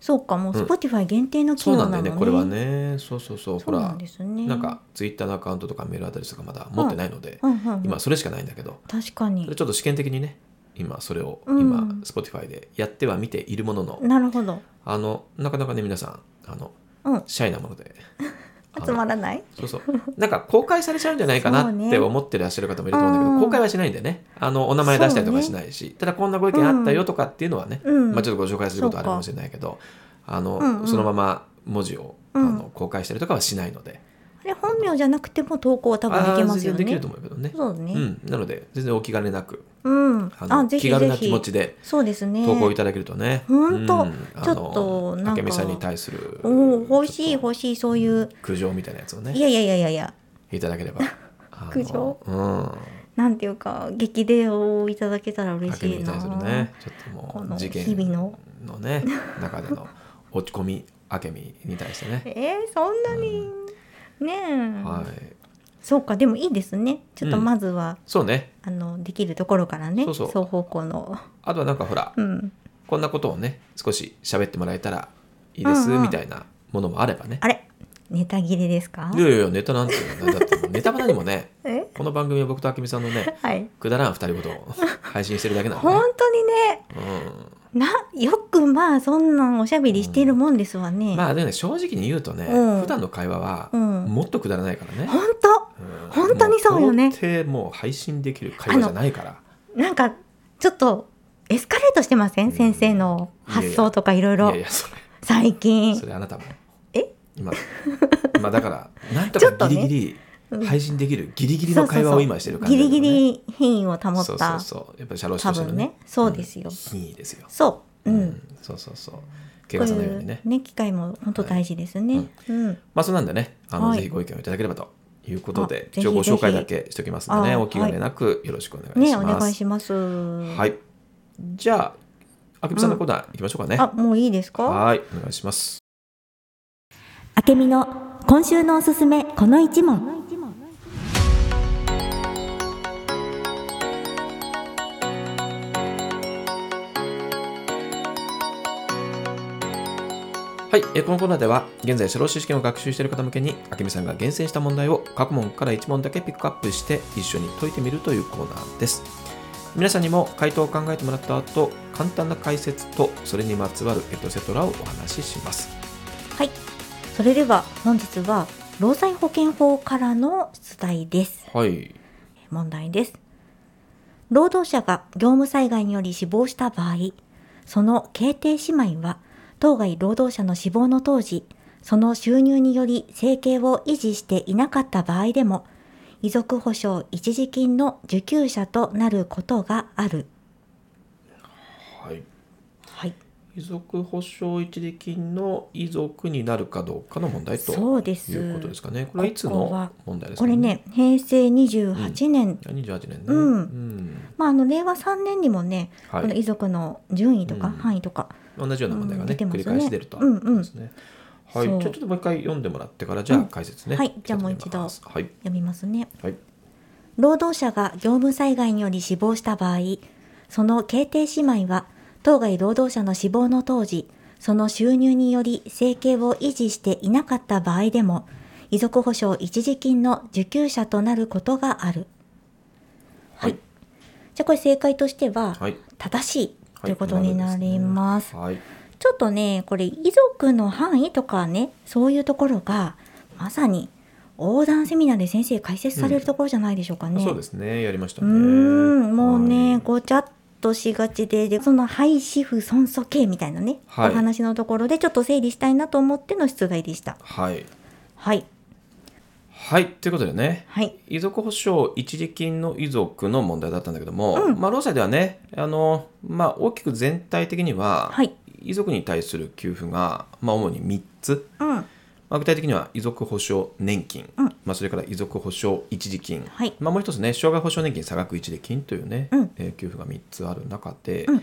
[SPEAKER 2] そうかもう
[SPEAKER 1] うん
[SPEAKER 2] Spotify 限定の機
[SPEAKER 1] そうな
[SPEAKER 2] 能
[SPEAKER 1] んだ
[SPEAKER 2] なの
[SPEAKER 1] よ
[SPEAKER 2] ね
[SPEAKER 1] ねこれはねそうそうそう
[SPEAKER 2] そうなん
[SPEAKER 1] ほ
[SPEAKER 2] で
[SPEAKER 1] ら
[SPEAKER 2] すね
[SPEAKER 1] なんか Twitter のアカウントとかメールアドレスとかまだ持ってないので、
[SPEAKER 2] うんうんうん
[SPEAKER 1] 今それしかないんだけど
[SPEAKER 2] 確か
[SPEAKER 1] そ
[SPEAKER 2] に
[SPEAKER 1] れちょっと試験的にね今それを
[SPEAKER 2] うん
[SPEAKER 1] 今 Spotify でやっては見ているものの、
[SPEAKER 2] なるほど、
[SPEAKER 1] あのなかなかね皆さんあの
[SPEAKER 2] うん、
[SPEAKER 1] シャイなものであの
[SPEAKER 2] 集まらない
[SPEAKER 1] そうそう なんか公開されちゃうんじゃないかな
[SPEAKER 2] そうね
[SPEAKER 1] って思ってらっしゃる方もいると思うんだけど、
[SPEAKER 2] うん
[SPEAKER 1] 公開はしないんでねあのお名前出したりとかしないし、ただこんなご意見あったよとかっていうのはね、
[SPEAKER 2] うん
[SPEAKER 1] まあ、ちょっとご紹介することはあるかもしれないけどあの、
[SPEAKER 2] うんうん
[SPEAKER 1] そのまま文字をあ
[SPEAKER 2] う
[SPEAKER 1] の公開したりとかはしないので、
[SPEAKER 2] あれ本名じゃなくても投稿は多分できますよ
[SPEAKER 1] あー全然
[SPEAKER 2] ね
[SPEAKER 1] できると思うけどね。
[SPEAKER 2] そうね
[SPEAKER 1] うん、なので全然お気兼ねなく
[SPEAKER 2] うん、
[SPEAKER 1] あの
[SPEAKER 2] あぜひ
[SPEAKER 1] 気軽
[SPEAKER 2] ぜ
[SPEAKER 1] な気
[SPEAKER 2] ひ
[SPEAKER 1] 持ちで
[SPEAKER 2] そうですね
[SPEAKER 1] 投稿いただけるとね、
[SPEAKER 2] ほんと
[SPEAKER 1] うんあの
[SPEAKER 2] ちょっとなんか
[SPEAKER 1] 明美さんに対する
[SPEAKER 2] おお欲しい
[SPEAKER 1] ちょっと
[SPEAKER 2] 欲しいそういう、
[SPEAKER 1] 苦情みたいなやつをね
[SPEAKER 2] いやいやいやいやいや
[SPEAKER 1] いただけ ればあの
[SPEAKER 2] 苦情
[SPEAKER 1] う
[SPEAKER 2] なんていうか激励をいただけたら
[SPEAKER 1] ん
[SPEAKER 2] 嬉
[SPEAKER 1] 竹
[SPEAKER 2] しい
[SPEAKER 1] に
[SPEAKER 2] な
[SPEAKER 1] 対するねちょっと
[SPEAKER 2] こ
[SPEAKER 1] も
[SPEAKER 2] の
[SPEAKER 1] う事件
[SPEAKER 2] 日々の
[SPEAKER 1] のね中での落ち込み明美に対して ね
[SPEAKER 2] えー、そんなに、ねえ、
[SPEAKER 1] はい
[SPEAKER 2] そうかでもいいですねちょっと
[SPEAKER 1] うん
[SPEAKER 2] まずは、
[SPEAKER 1] そうね
[SPEAKER 2] あのできるところからね
[SPEAKER 1] そうそう
[SPEAKER 2] 双方向の
[SPEAKER 1] あとはなんかほら
[SPEAKER 2] うん
[SPEAKER 1] こんなことをね少し喋ってもらえたらいいです
[SPEAKER 2] うんうん
[SPEAKER 1] みたいなものもあればね
[SPEAKER 2] あれネタ切れですか
[SPEAKER 1] いやいやいやネタなんていうのはねだってもうネタも何もね
[SPEAKER 2] え
[SPEAKER 1] この番組は僕と明美さんのね
[SPEAKER 2] はい
[SPEAKER 1] くだらん二人ごとを 配信してるだけなんでね
[SPEAKER 2] 本当にねなよくまあそんなんおしゃべりしてるもんですわ
[SPEAKER 1] う
[SPEAKER 2] ね、
[SPEAKER 1] ん、まあでもね正直に言うとね、
[SPEAKER 2] うん
[SPEAKER 1] 普段の会話は
[SPEAKER 2] うん
[SPEAKER 1] もっとくだらないからね、
[SPEAKER 2] 本当
[SPEAKER 1] うん
[SPEAKER 2] 本当にそうよね
[SPEAKER 1] も到底もう配信できる会話じゃないから
[SPEAKER 2] なんかちょっとエスカレートしてません、
[SPEAKER 1] うん
[SPEAKER 2] 先生の発想とかいろい
[SPEAKER 1] い
[SPEAKER 2] ろ
[SPEAKER 1] やいやそ
[SPEAKER 2] 最
[SPEAKER 1] れ
[SPEAKER 2] 近
[SPEAKER 1] それあなたも
[SPEAKER 2] え
[SPEAKER 1] 今まあだからなんと
[SPEAKER 2] ちょっと
[SPEAKER 1] か
[SPEAKER 2] ね
[SPEAKER 1] ギリギリ、
[SPEAKER 2] うん
[SPEAKER 1] 配信できるギリギリの会話を今してる感じ
[SPEAKER 2] ギ
[SPEAKER 1] だけ
[SPEAKER 2] リ
[SPEAKER 1] どね、
[SPEAKER 2] ギリ品位を保
[SPEAKER 1] そ
[SPEAKER 2] っ
[SPEAKER 1] うそ
[SPEAKER 2] た
[SPEAKER 1] うそうやっぱり社労士
[SPEAKER 2] 多
[SPEAKER 1] としての
[SPEAKER 2] 分
[SPEAKER 1] ね
[SPEAKER 2] ねそうですよ、
[SPEAKER 1] 品位ですよ、
[SPEAKER 2] そううん、
[SPEAKER 1] そうそうそう
[SPEAKER 2] こ
[SPEAKER 1] 怪
[SPEAKER 2] う
[SPEAKER 1] 我さない
[SPEAKER 2] い
[SPEAKER 1] よう
[SPEAKER 2] う
[SPEAKER 1] にね
[SPEAKER 2] ね機会も本当大事ですね、うん、
[SPEAKER 1] まあそうなんでねあの、
[SPEAKER 2] はい
[SPEAKER 1] ぜひご意見をいただければということ
[SPEAKER 2] あぜ
[SPEAKER 1] で
[SPEAKER 2] ひ
[SPEAKER 1] 一応ご紹介
[SPEAKER 2] ぜ
[SPEAKER 1] だ
[SPEAKER 2] ひ
[SPEAKER 1] けしておきますので、
[SPEAKER 2] あ
[SPEAKER 1] お気兼ねなくよろしくお願いします。
[SPEAKER 2] ねお願いしますは
[SPEAKER 1] はいい。じゃあ、あけびさんのコーナー行きましょうかね。
[SPEAKER 2] あもういいですか
[SPEAKER 1] はい、お願いします。
[SPEAKER 2] あけみの今週のおすすめこの一問
[SPEAKER 1] はい、えーこのコーナーでは、現在、社労士試験を学習している方向けに、あけみさんが厳選した問題を各問から1問だけピックアップして、一緒に解いてみるというコーナーです。皆さんにも回答を考えてもらった後、簡単な解説と、それにまつわるエトセトラをお話しします。
[SPEAKER 2] はいそれでは本日は労災保険法からの出題です
[SPEAKER 1] はい。
[SPEAKER 2] 問題です労働者が業務災害により死亡した場合その慶帝姉妹は、当該労働者の死亡の当時、その収入により生計を維持していなかった場合でも、遺族保障一時金の受給者となることがある。
[SPEAKER 1] はい、
[SPEAKER 2] はい。
[SPEAKER 1] 遺族保障一時金の遺族になるかどうかの問題と
[SPEAKER 2] そうです
[SPEAKER 1] いうことですかね。これはいつ
[SPEAKER 2] ここ
[SPEAKER 1] の
[SPEAKER 2] は
[SPEAKER 1] 問題ですか
[SPEAKER 2] これね、平成28年、
[SPEAKER 1] あ28年ね。
[SPEAKER 2] うん
[SPEAKER 1] ん
[SPEAKER 2] まあ、あの令和3年にもね、
[SPEAKER 1] はい
[SPEAKER 2] この遺族の順位とか
[SPEAKER 1] うん
[SPEAKER 2] 範囲とか、
[SPEAKER 1] 同じような問題が
[SPEAKER 2] うん
[SPEAKER 1] ね、
[SPEAKER 2] 出てま
[SPEAKER 1] 繰
[SPEAKER 2] す
[SPEAKER 1] り
[SPEAKER 2] ね
[SPEAKER 1] 返し出ると。
[SPEAKER 2] うんうん
[SPEAKER 1] ですね。はい、じゃ
[SPEAKER 2] そ
[SPEAKER 1] あ
[SPEAKER 2] う
[SPEAKER 1] ちょっともう一回読んでもらってから、じゃあ解説ね。
[SPEAKER 2] うんはいじゃあもう一度
[SPEAKER 1] はい。
[SPEAKER 2] 読みますね。
[SPEAKER 1] はい。
[SPEAKER 2] 労働者が業務災害により死亡した場合、その慶定姉妹は、当該労働者の死亡の当時、その収入により生計を維持していなかった場合でも、遺族保障一時金の受給者となることがある。
[SPEAKER 1] はい。
[SPEAKER 2] じゃあこれ正解としては、
[SPEAKER 1] はい
[SPEAKER 2] 正しい
[SPEAKER 1] は
[SPEAKER 2] ということになります。
[SPEAKER 1] はい。
[SPEAKER 2] ちょっとね、これ遺族の範囲とかね、そういうところが、まさに横断セミナーで先生解説されるところじゃないでしょうかね。
[SPEAKER 1] そうですね。やりました
[SPEAKER 2] うー
[SPEAKER 1] ね。
[SPEAKER 2] ん、もうね、
[SPEAKER 1] はい
[SPEAKER 2] ごちゃっとしがちで、でその廃止不損素系みたいなね、
[SPEAKER 1] はい
[SPEAKER 2] お話のところでちょっと整理したいなと思っての出題でした。
[SPEAKER 1] はい。
[SPEAKER 2] はい。
[SPEAKER 1] はい。ということでね。
[SPEAKER 2] はい。
[SPEAKER 1] 遺族保障一時金の遺族の問題だったんだけども、まあ、労災ではねあの、まあ、大きく全体的には、
[SPEAKER 2] はい
[SPEAKER 1] 遺族に対する給付が、まあ、主に3つ、
[SPEAKER 2] うん。は
[SPEAKER 1] まあ、具体的には遺族保障年金、
[SPEAKER 2] うん
[SPEAKER 1] まあ、それから遺族保障一時金、
[SPEAKER 2] はい
[SPEAKER 1] まあ、もう一つね障害保障年金差額一時金というね、
[SPEAKER 2] うん
[SPEAKER 1] えー給付が3つある中で、
[SPEAKER 2] んうん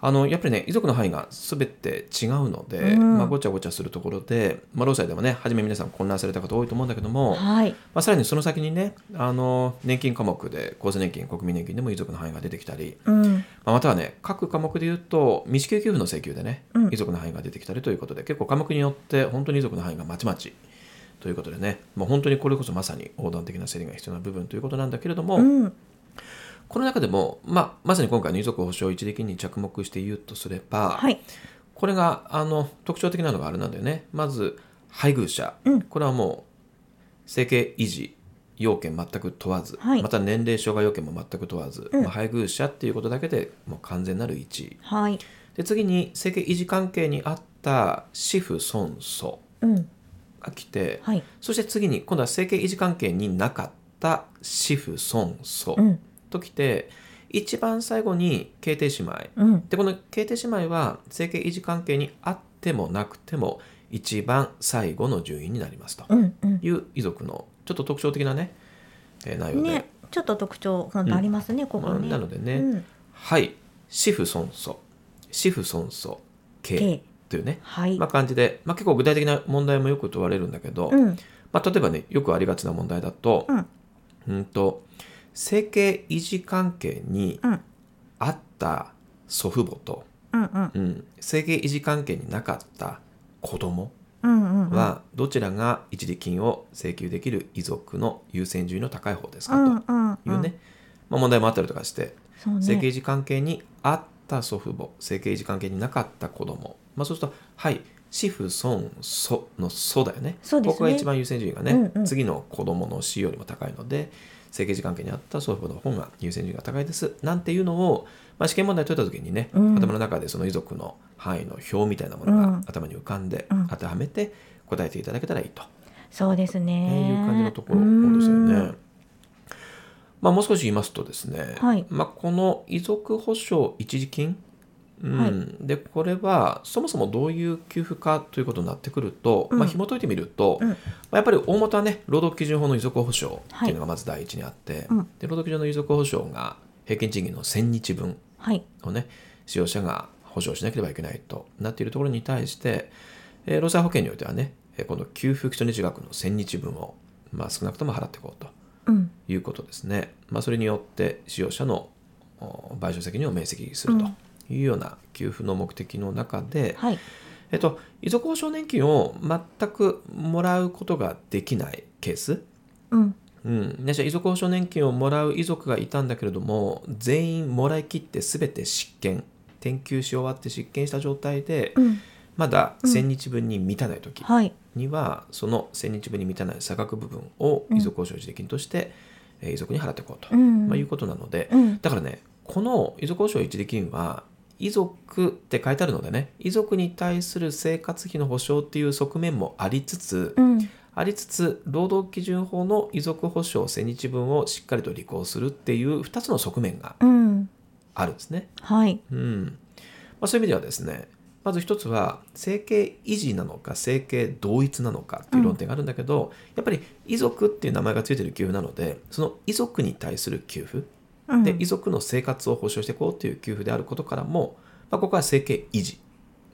[SPEAKER 1] あのやっぱりね遺族の範囲が全て違うので、
[SPEAKER 2] うん
[SPEAKER 1] まあ、ごちゃごちゃするところで、まあ、労災でもね初め皆さん混乱された方多いと思うんだけども、
[SPEAKER 2] い。
[SPEAKER 1] まあ、さらにその先にねあの年金科目で厚生年金国民年金でも遺族の範囲が出てきたり、
[SPEAKER 2] うん。
[SPEAKER 1] まあ、またはね各科目でいうと未支給給付の請求でね、
[SPEAKER 2] うん
[SPEAKER 1] 遺族の範囲が出てきたりということで結構科目によって本当に遺族の範囲がまちまちということでね、まあ、本当にこれこそまさに横断的な整理が必要な部分ということなんだけれども、
[SPEAKER 2] うん。
[SPEAKER 1] この中でも、まあ、まさに今回の遺族保障一時金に着目して言うとすれば、
[SPEAKER 2] はい。
[SPEAKER 1] これがあの特徴的なのがあれなんだよねまず配偶者、
[SPEAKER 2] うん
[SPEAKER 1] これはもう生計維持要件全く問わず、
[SPEAKER 2] はい
[SPEAKER 1] また年齢障害要件も全く問わず、
[SPEAKER 2] うん
[SPEAKER 1] まあ配偶者っていうことだけでもう完全なる1位
[SPEAKER 2] はい。
[SPEAKER 1] で次に生計維持関係にあった死婦損祖
[SPEAKER 2] うん。
[SPEAKER 1] が来て、
[SPEAKER 2] はい。
[SPEAKER 1] そして次に今度は生計維持関係になかった死婦損祖
[SPEAKER 2] うん。
[SPEAKER 1] ときて、一番最後に慶定姉妹
[SPEAKER 2] うん。
[SPEAKER 1] でこの慶定姉妹は生計維持関係にあってもなくても一番最後の順位になりますと
[SPEAKER 2] うん。うん。
[SPEAKER 1] いう遺族のちょっと特徴的なね、えー内容で、
[SPEAKER 2] ね、ちょっと特徴がありますね、ここね。
[SPEAKER 1] まあなのでね
[SPEAKER 2] うん。
[SPEAKER 1] はい死婦損祖死婦損祖慶
[SPEAKER 2] 刑
[SPEAKER 1] というね、
[SPEAKER 2] はい。
[SPEAKER 1] まあ、感じで、まあ、結構具体的な問題もよく問われるんだけど、
[SPEAKER 2] うん。
[SPEAKER 1] まあ、例えばねよくありがちな問題だと,、
[SPEAKER 2] うん。
[SPEAKER 1] うん、と生計維持関係に
[SPEAKER 2] うん。
[SPEAKER 1] あった祖父母と、
[SPEAKER 2] うん。うん。
[SPEAKER 1] うん、生計維持関係になかった子供
[SPEAKER 2] うん。うん。
[SPEAKER 1] はどちらが一時金を請求できる遺族の優先順位の高い方です
[SPEAKER 2] う
[SPEAKER 1] か
[SPEAKER 2] ん。
[SPEAKER 1] と
[SPEAKER 2] うん。うん。
[SPEAKER 1] いうね、。まあ、問題もあったりとかして
[SPEAKER 2] そう
[SPEAKER 1] 生計
[SPEAKER 2] ね。
[SPEAKER 1] 維持関係にあった祖父母生計維持関係になかった子供、まあ、そうするとはい死父孫祖の祖だよね
[SPEAKER 2] そうですね
[SPEAKER 1] ここが一番優先順位がね、
[SPEAKER 2] うんうん
[SPEAKER 1] 次の子供の死よりも高いので生計維持関係にあった祖父母の方が優先順位が高いですなんていうのを、まあ、試験問題解いた時にね、
[SPEAKER 2] うん
[SPEAKER 1] 頭の中でその遺族の範囲の表みたいなもの
[SPEAKER 2] う
[SPEAKER 1] が
[SPEAKER 2] ん
[SPEAKER 1] 頭に浮かんで、
[SPEAKER 2] うん
[SPEAKER 1] 当てはめて答えていただけたらいいと。
[SPEAKER 2] そうですね。
[SPEAKER 1] ねいう感じのところですよね。まあ、もう少し言いますとですね、
[SPEAKER 2] はい
[SPEAKER 1] まあ、この遺族保障一時金、うん
[SPEAKER 2] は
[SPEAKER 1] でこれはそもそもどういう給付かということになってくると、
[SPEAKER 2] うん
[SPEAKER 1] まあ紐解いてみると、
[SPEAKER 2] うん
[SPEAKER 1] まあ、やっぱり大元はね労働基準法の遺族保障っていうのがまず第一にあって、
[SPEAKER 2] うん
[SPEAKER 1] で労働基準の遺族保障が平均賃金の1000日分
[SPEAKER 2] はい。
[SPEAKER 1] をね使用者が保障しなければいけないとなっているところに対して、えー労災保険においてはね、えーこの給付基礎日額の1000日分を、まあ、少なくとも払っていこうと
[SPEAKER 2] うん。
[SPEAKER 1] いうことですね、まあ、それによって使用者のお賠償責任を明晰するというような給付の目的の中で、
[SPEAKER 2] はい。
[SPEAKER 1] えっと、遺族保障年金を全くもらうことができないケース、
[SPEAKER 2] うん。
[SPEAKER 1] うん、ねじゃあ遺族保障年金をもらう遺族がいたんだけれども全員もらい切って全て失権転給し終わって失権した状態で、
[SPEAKER 2] うん。
[SPEAKER 1] まだ1,000日分に満たない時
[SPEAKER 2] はい。
[SPEAKER 1] には、その1,000日分に満たない差額部分を遺族保障一時金として、えー遺族に払っていこうと、
[SPEAKER 2] うん
[SPEAKER 1] まあ、いうことなので、
[SPEAKER 2] うん。
[SPEAKER 1] だからねこの遺族保障一時金は遺族って書いてあるのでね遺族に対する生活費の保障っていう側面もありつつ、
[SPEAKER 2] うん
[SPEAKER 1] ありつつ労働基準法の遺族保障1000日分をしっかりと履行するっていう2つの側面が
[SPEAKER 2] うん
[SPEAKER 1] あるんですね。
[SPEAKER 2] はい
[SPEAKER 1] うんまあ、そういう意味ではですねまず一つは生計維持なのか生計同一なのかっていう論点があるんだけど、やっぱり遺族っていう名前がついてる給付なのでその遺族に対する給付
[SPEAKER 2] うん
[SPEAKER 1] で遺族の生活を保障していこうという給付であることからも、まあ、ここは生計維持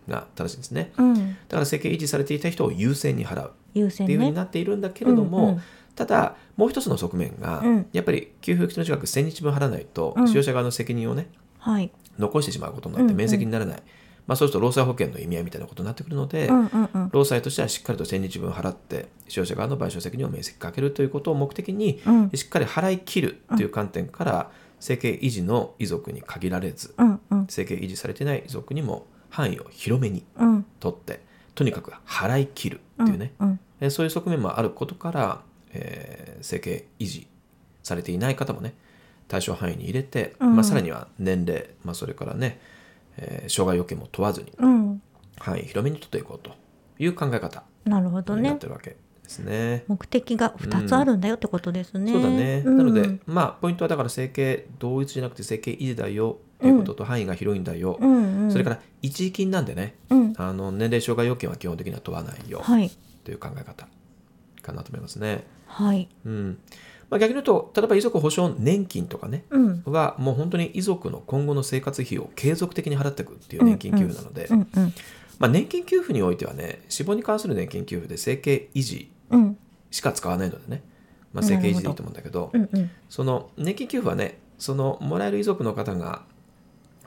[SPEAKER 1] が正しいんですね
[SPEAKER 2] うん
[SPEAKER 1] だから生計維持されていた人を優先に払う
[SPEAKER 2] 優
[SPEAKER 1] っ
[SPEAKER 2] 先
[SPEAKER 1] ていうふうに
[SPEAKER 2] ね
[SPEAKER 1] なっているんだけれども、
[SPEAKER 2] うんうん
[SPEAKER 1] ただもう一つの側面が、
[SPEAKER 2] うん
[SPEAKER 1] やっぱり給付金の近く1000日分払わないと、
[SPEAKER 2] うん
[SPEAKER 1] 使用者側の責任をね
[SPEAKER 2] はい
[SPEAKER 1] 残してしまうことになっ
[SPEAKER 2] うんう
[SPEAKER 1] て
[SPEAKER 2] ん
[SPEAKER 1] 免責にならない、まあ、そうすると労災保険の意味合いみたいなことになってくるので、
[SPEAKER 2] うんうんうん
[SPEAKER 1] 労災としてはしっかりと1000日分払って使用者側の賠償責任を免責かけるということを目的に、
[SPEAKER 2] うん
[SPEAKER 1] しっかり払い切るという観点から生計維持の遺族に限られず
[SPEAKER 2] うんうん
[SPEAKER 1] 生計維持されてない遺族にも範囲を広めに
[SPEAKER 2] うん
[SPEAKER 1] とってとにかく払い切るっていうね、
[SPEAKER 2] うん
[SPEAKER 1] えーそういう側面もあることから、えー生計維持されていない方もね対象範囲に入れて、
[SPEAKER 2] うん
[SPEAKER 1] まあ、さらには年齢、まあ、それからね、えー障害要件も問わずに
[SPEAKER 2] うん
[SPEAKER 1] 範囲広めに取っていこうという考え方
[SPEAKER 2] なるほど
[SPEAKER 1] になっ
[SPEAKER 2] ね
[SPEAKER 1] てるわけですね。
[SPEAKER 2] 目的が二つあるんだよってことですね
[SPEAKER 1] そうだね、
[SPEAKER 2] うん
[SPEAKER 1] なのでまあポイントはだから整形同一じゃなくて整形維持だよということと範囲が広いんだよ、
[SPEAKER 2] うんうん
[SPEAKER 1] それから一時金なんでね
[SPEAKER 2] うん
[SPEAKER 1] あの年齢障害要件は基本的には問わないよ
[SPEAKER 2] はい
[SPEAKER 1] という考え方かなと思いますね。
[SPEAKER 2] はい
[SPEAKER 1] うんまあ、逆に言うと例えば遺族保障年金とかね
[SPEAKER 2] うん
[SPEAKER 1] はもう本当に遺族の今後の生活費を継続的に払っていくっていう年金給付なので、
[SPEAKER 2] うんうん
[SPEAKER 1] まあ、年金給付においてはね死亡に関する年金給付で生計維持
[SPEAKER 2] うん
[SPEAKER 1] しか使わないのでね、まあ、生計維持でいいと思うんだけど
[SPEAKER 2] うんうん
[SPEAKER 1] その年金給付はねそのもらえる遺族の方が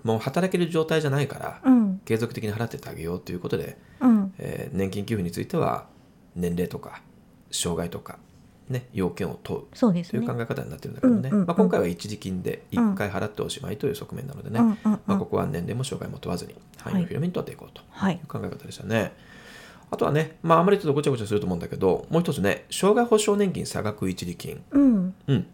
[SPEAKER 1] もう働ける状態じゃないから
[SPEAKER 2] うん
[SPEAKER 1] 継続的に払ってってあげようということで、
[SPEAKER 2] うん
[SPEAKER 1] えー年金給付については年齢とか障害とか、ね、要件を問う
[SPEAKER 2] そうです
[SPEAKER 1] とい
[SPEAKER 2] ね
[SPEAKER 1] う考え方になってるんだけどね、
[SPEAKER 2] うんうんうん
[SPEAKER 1] まあ、今回は一時金で1回払っておしまいという側面なのでね、
[SPEAKER 2] うんうんうん
[SPEAKER 1] まあ、ここは年齢も障害も問わずに範囲を広めに取っていこうとい
[SPEAKER 2] はい。
[SPEAKER 1] う考え方でしたね。あとはね、まあ、あまりちょっとごちゃごちゃすると思うんだけどもう一つね障害保障年金差額一時金、
[SPEAKER 2] うん。
[SPEAKER 1] うん、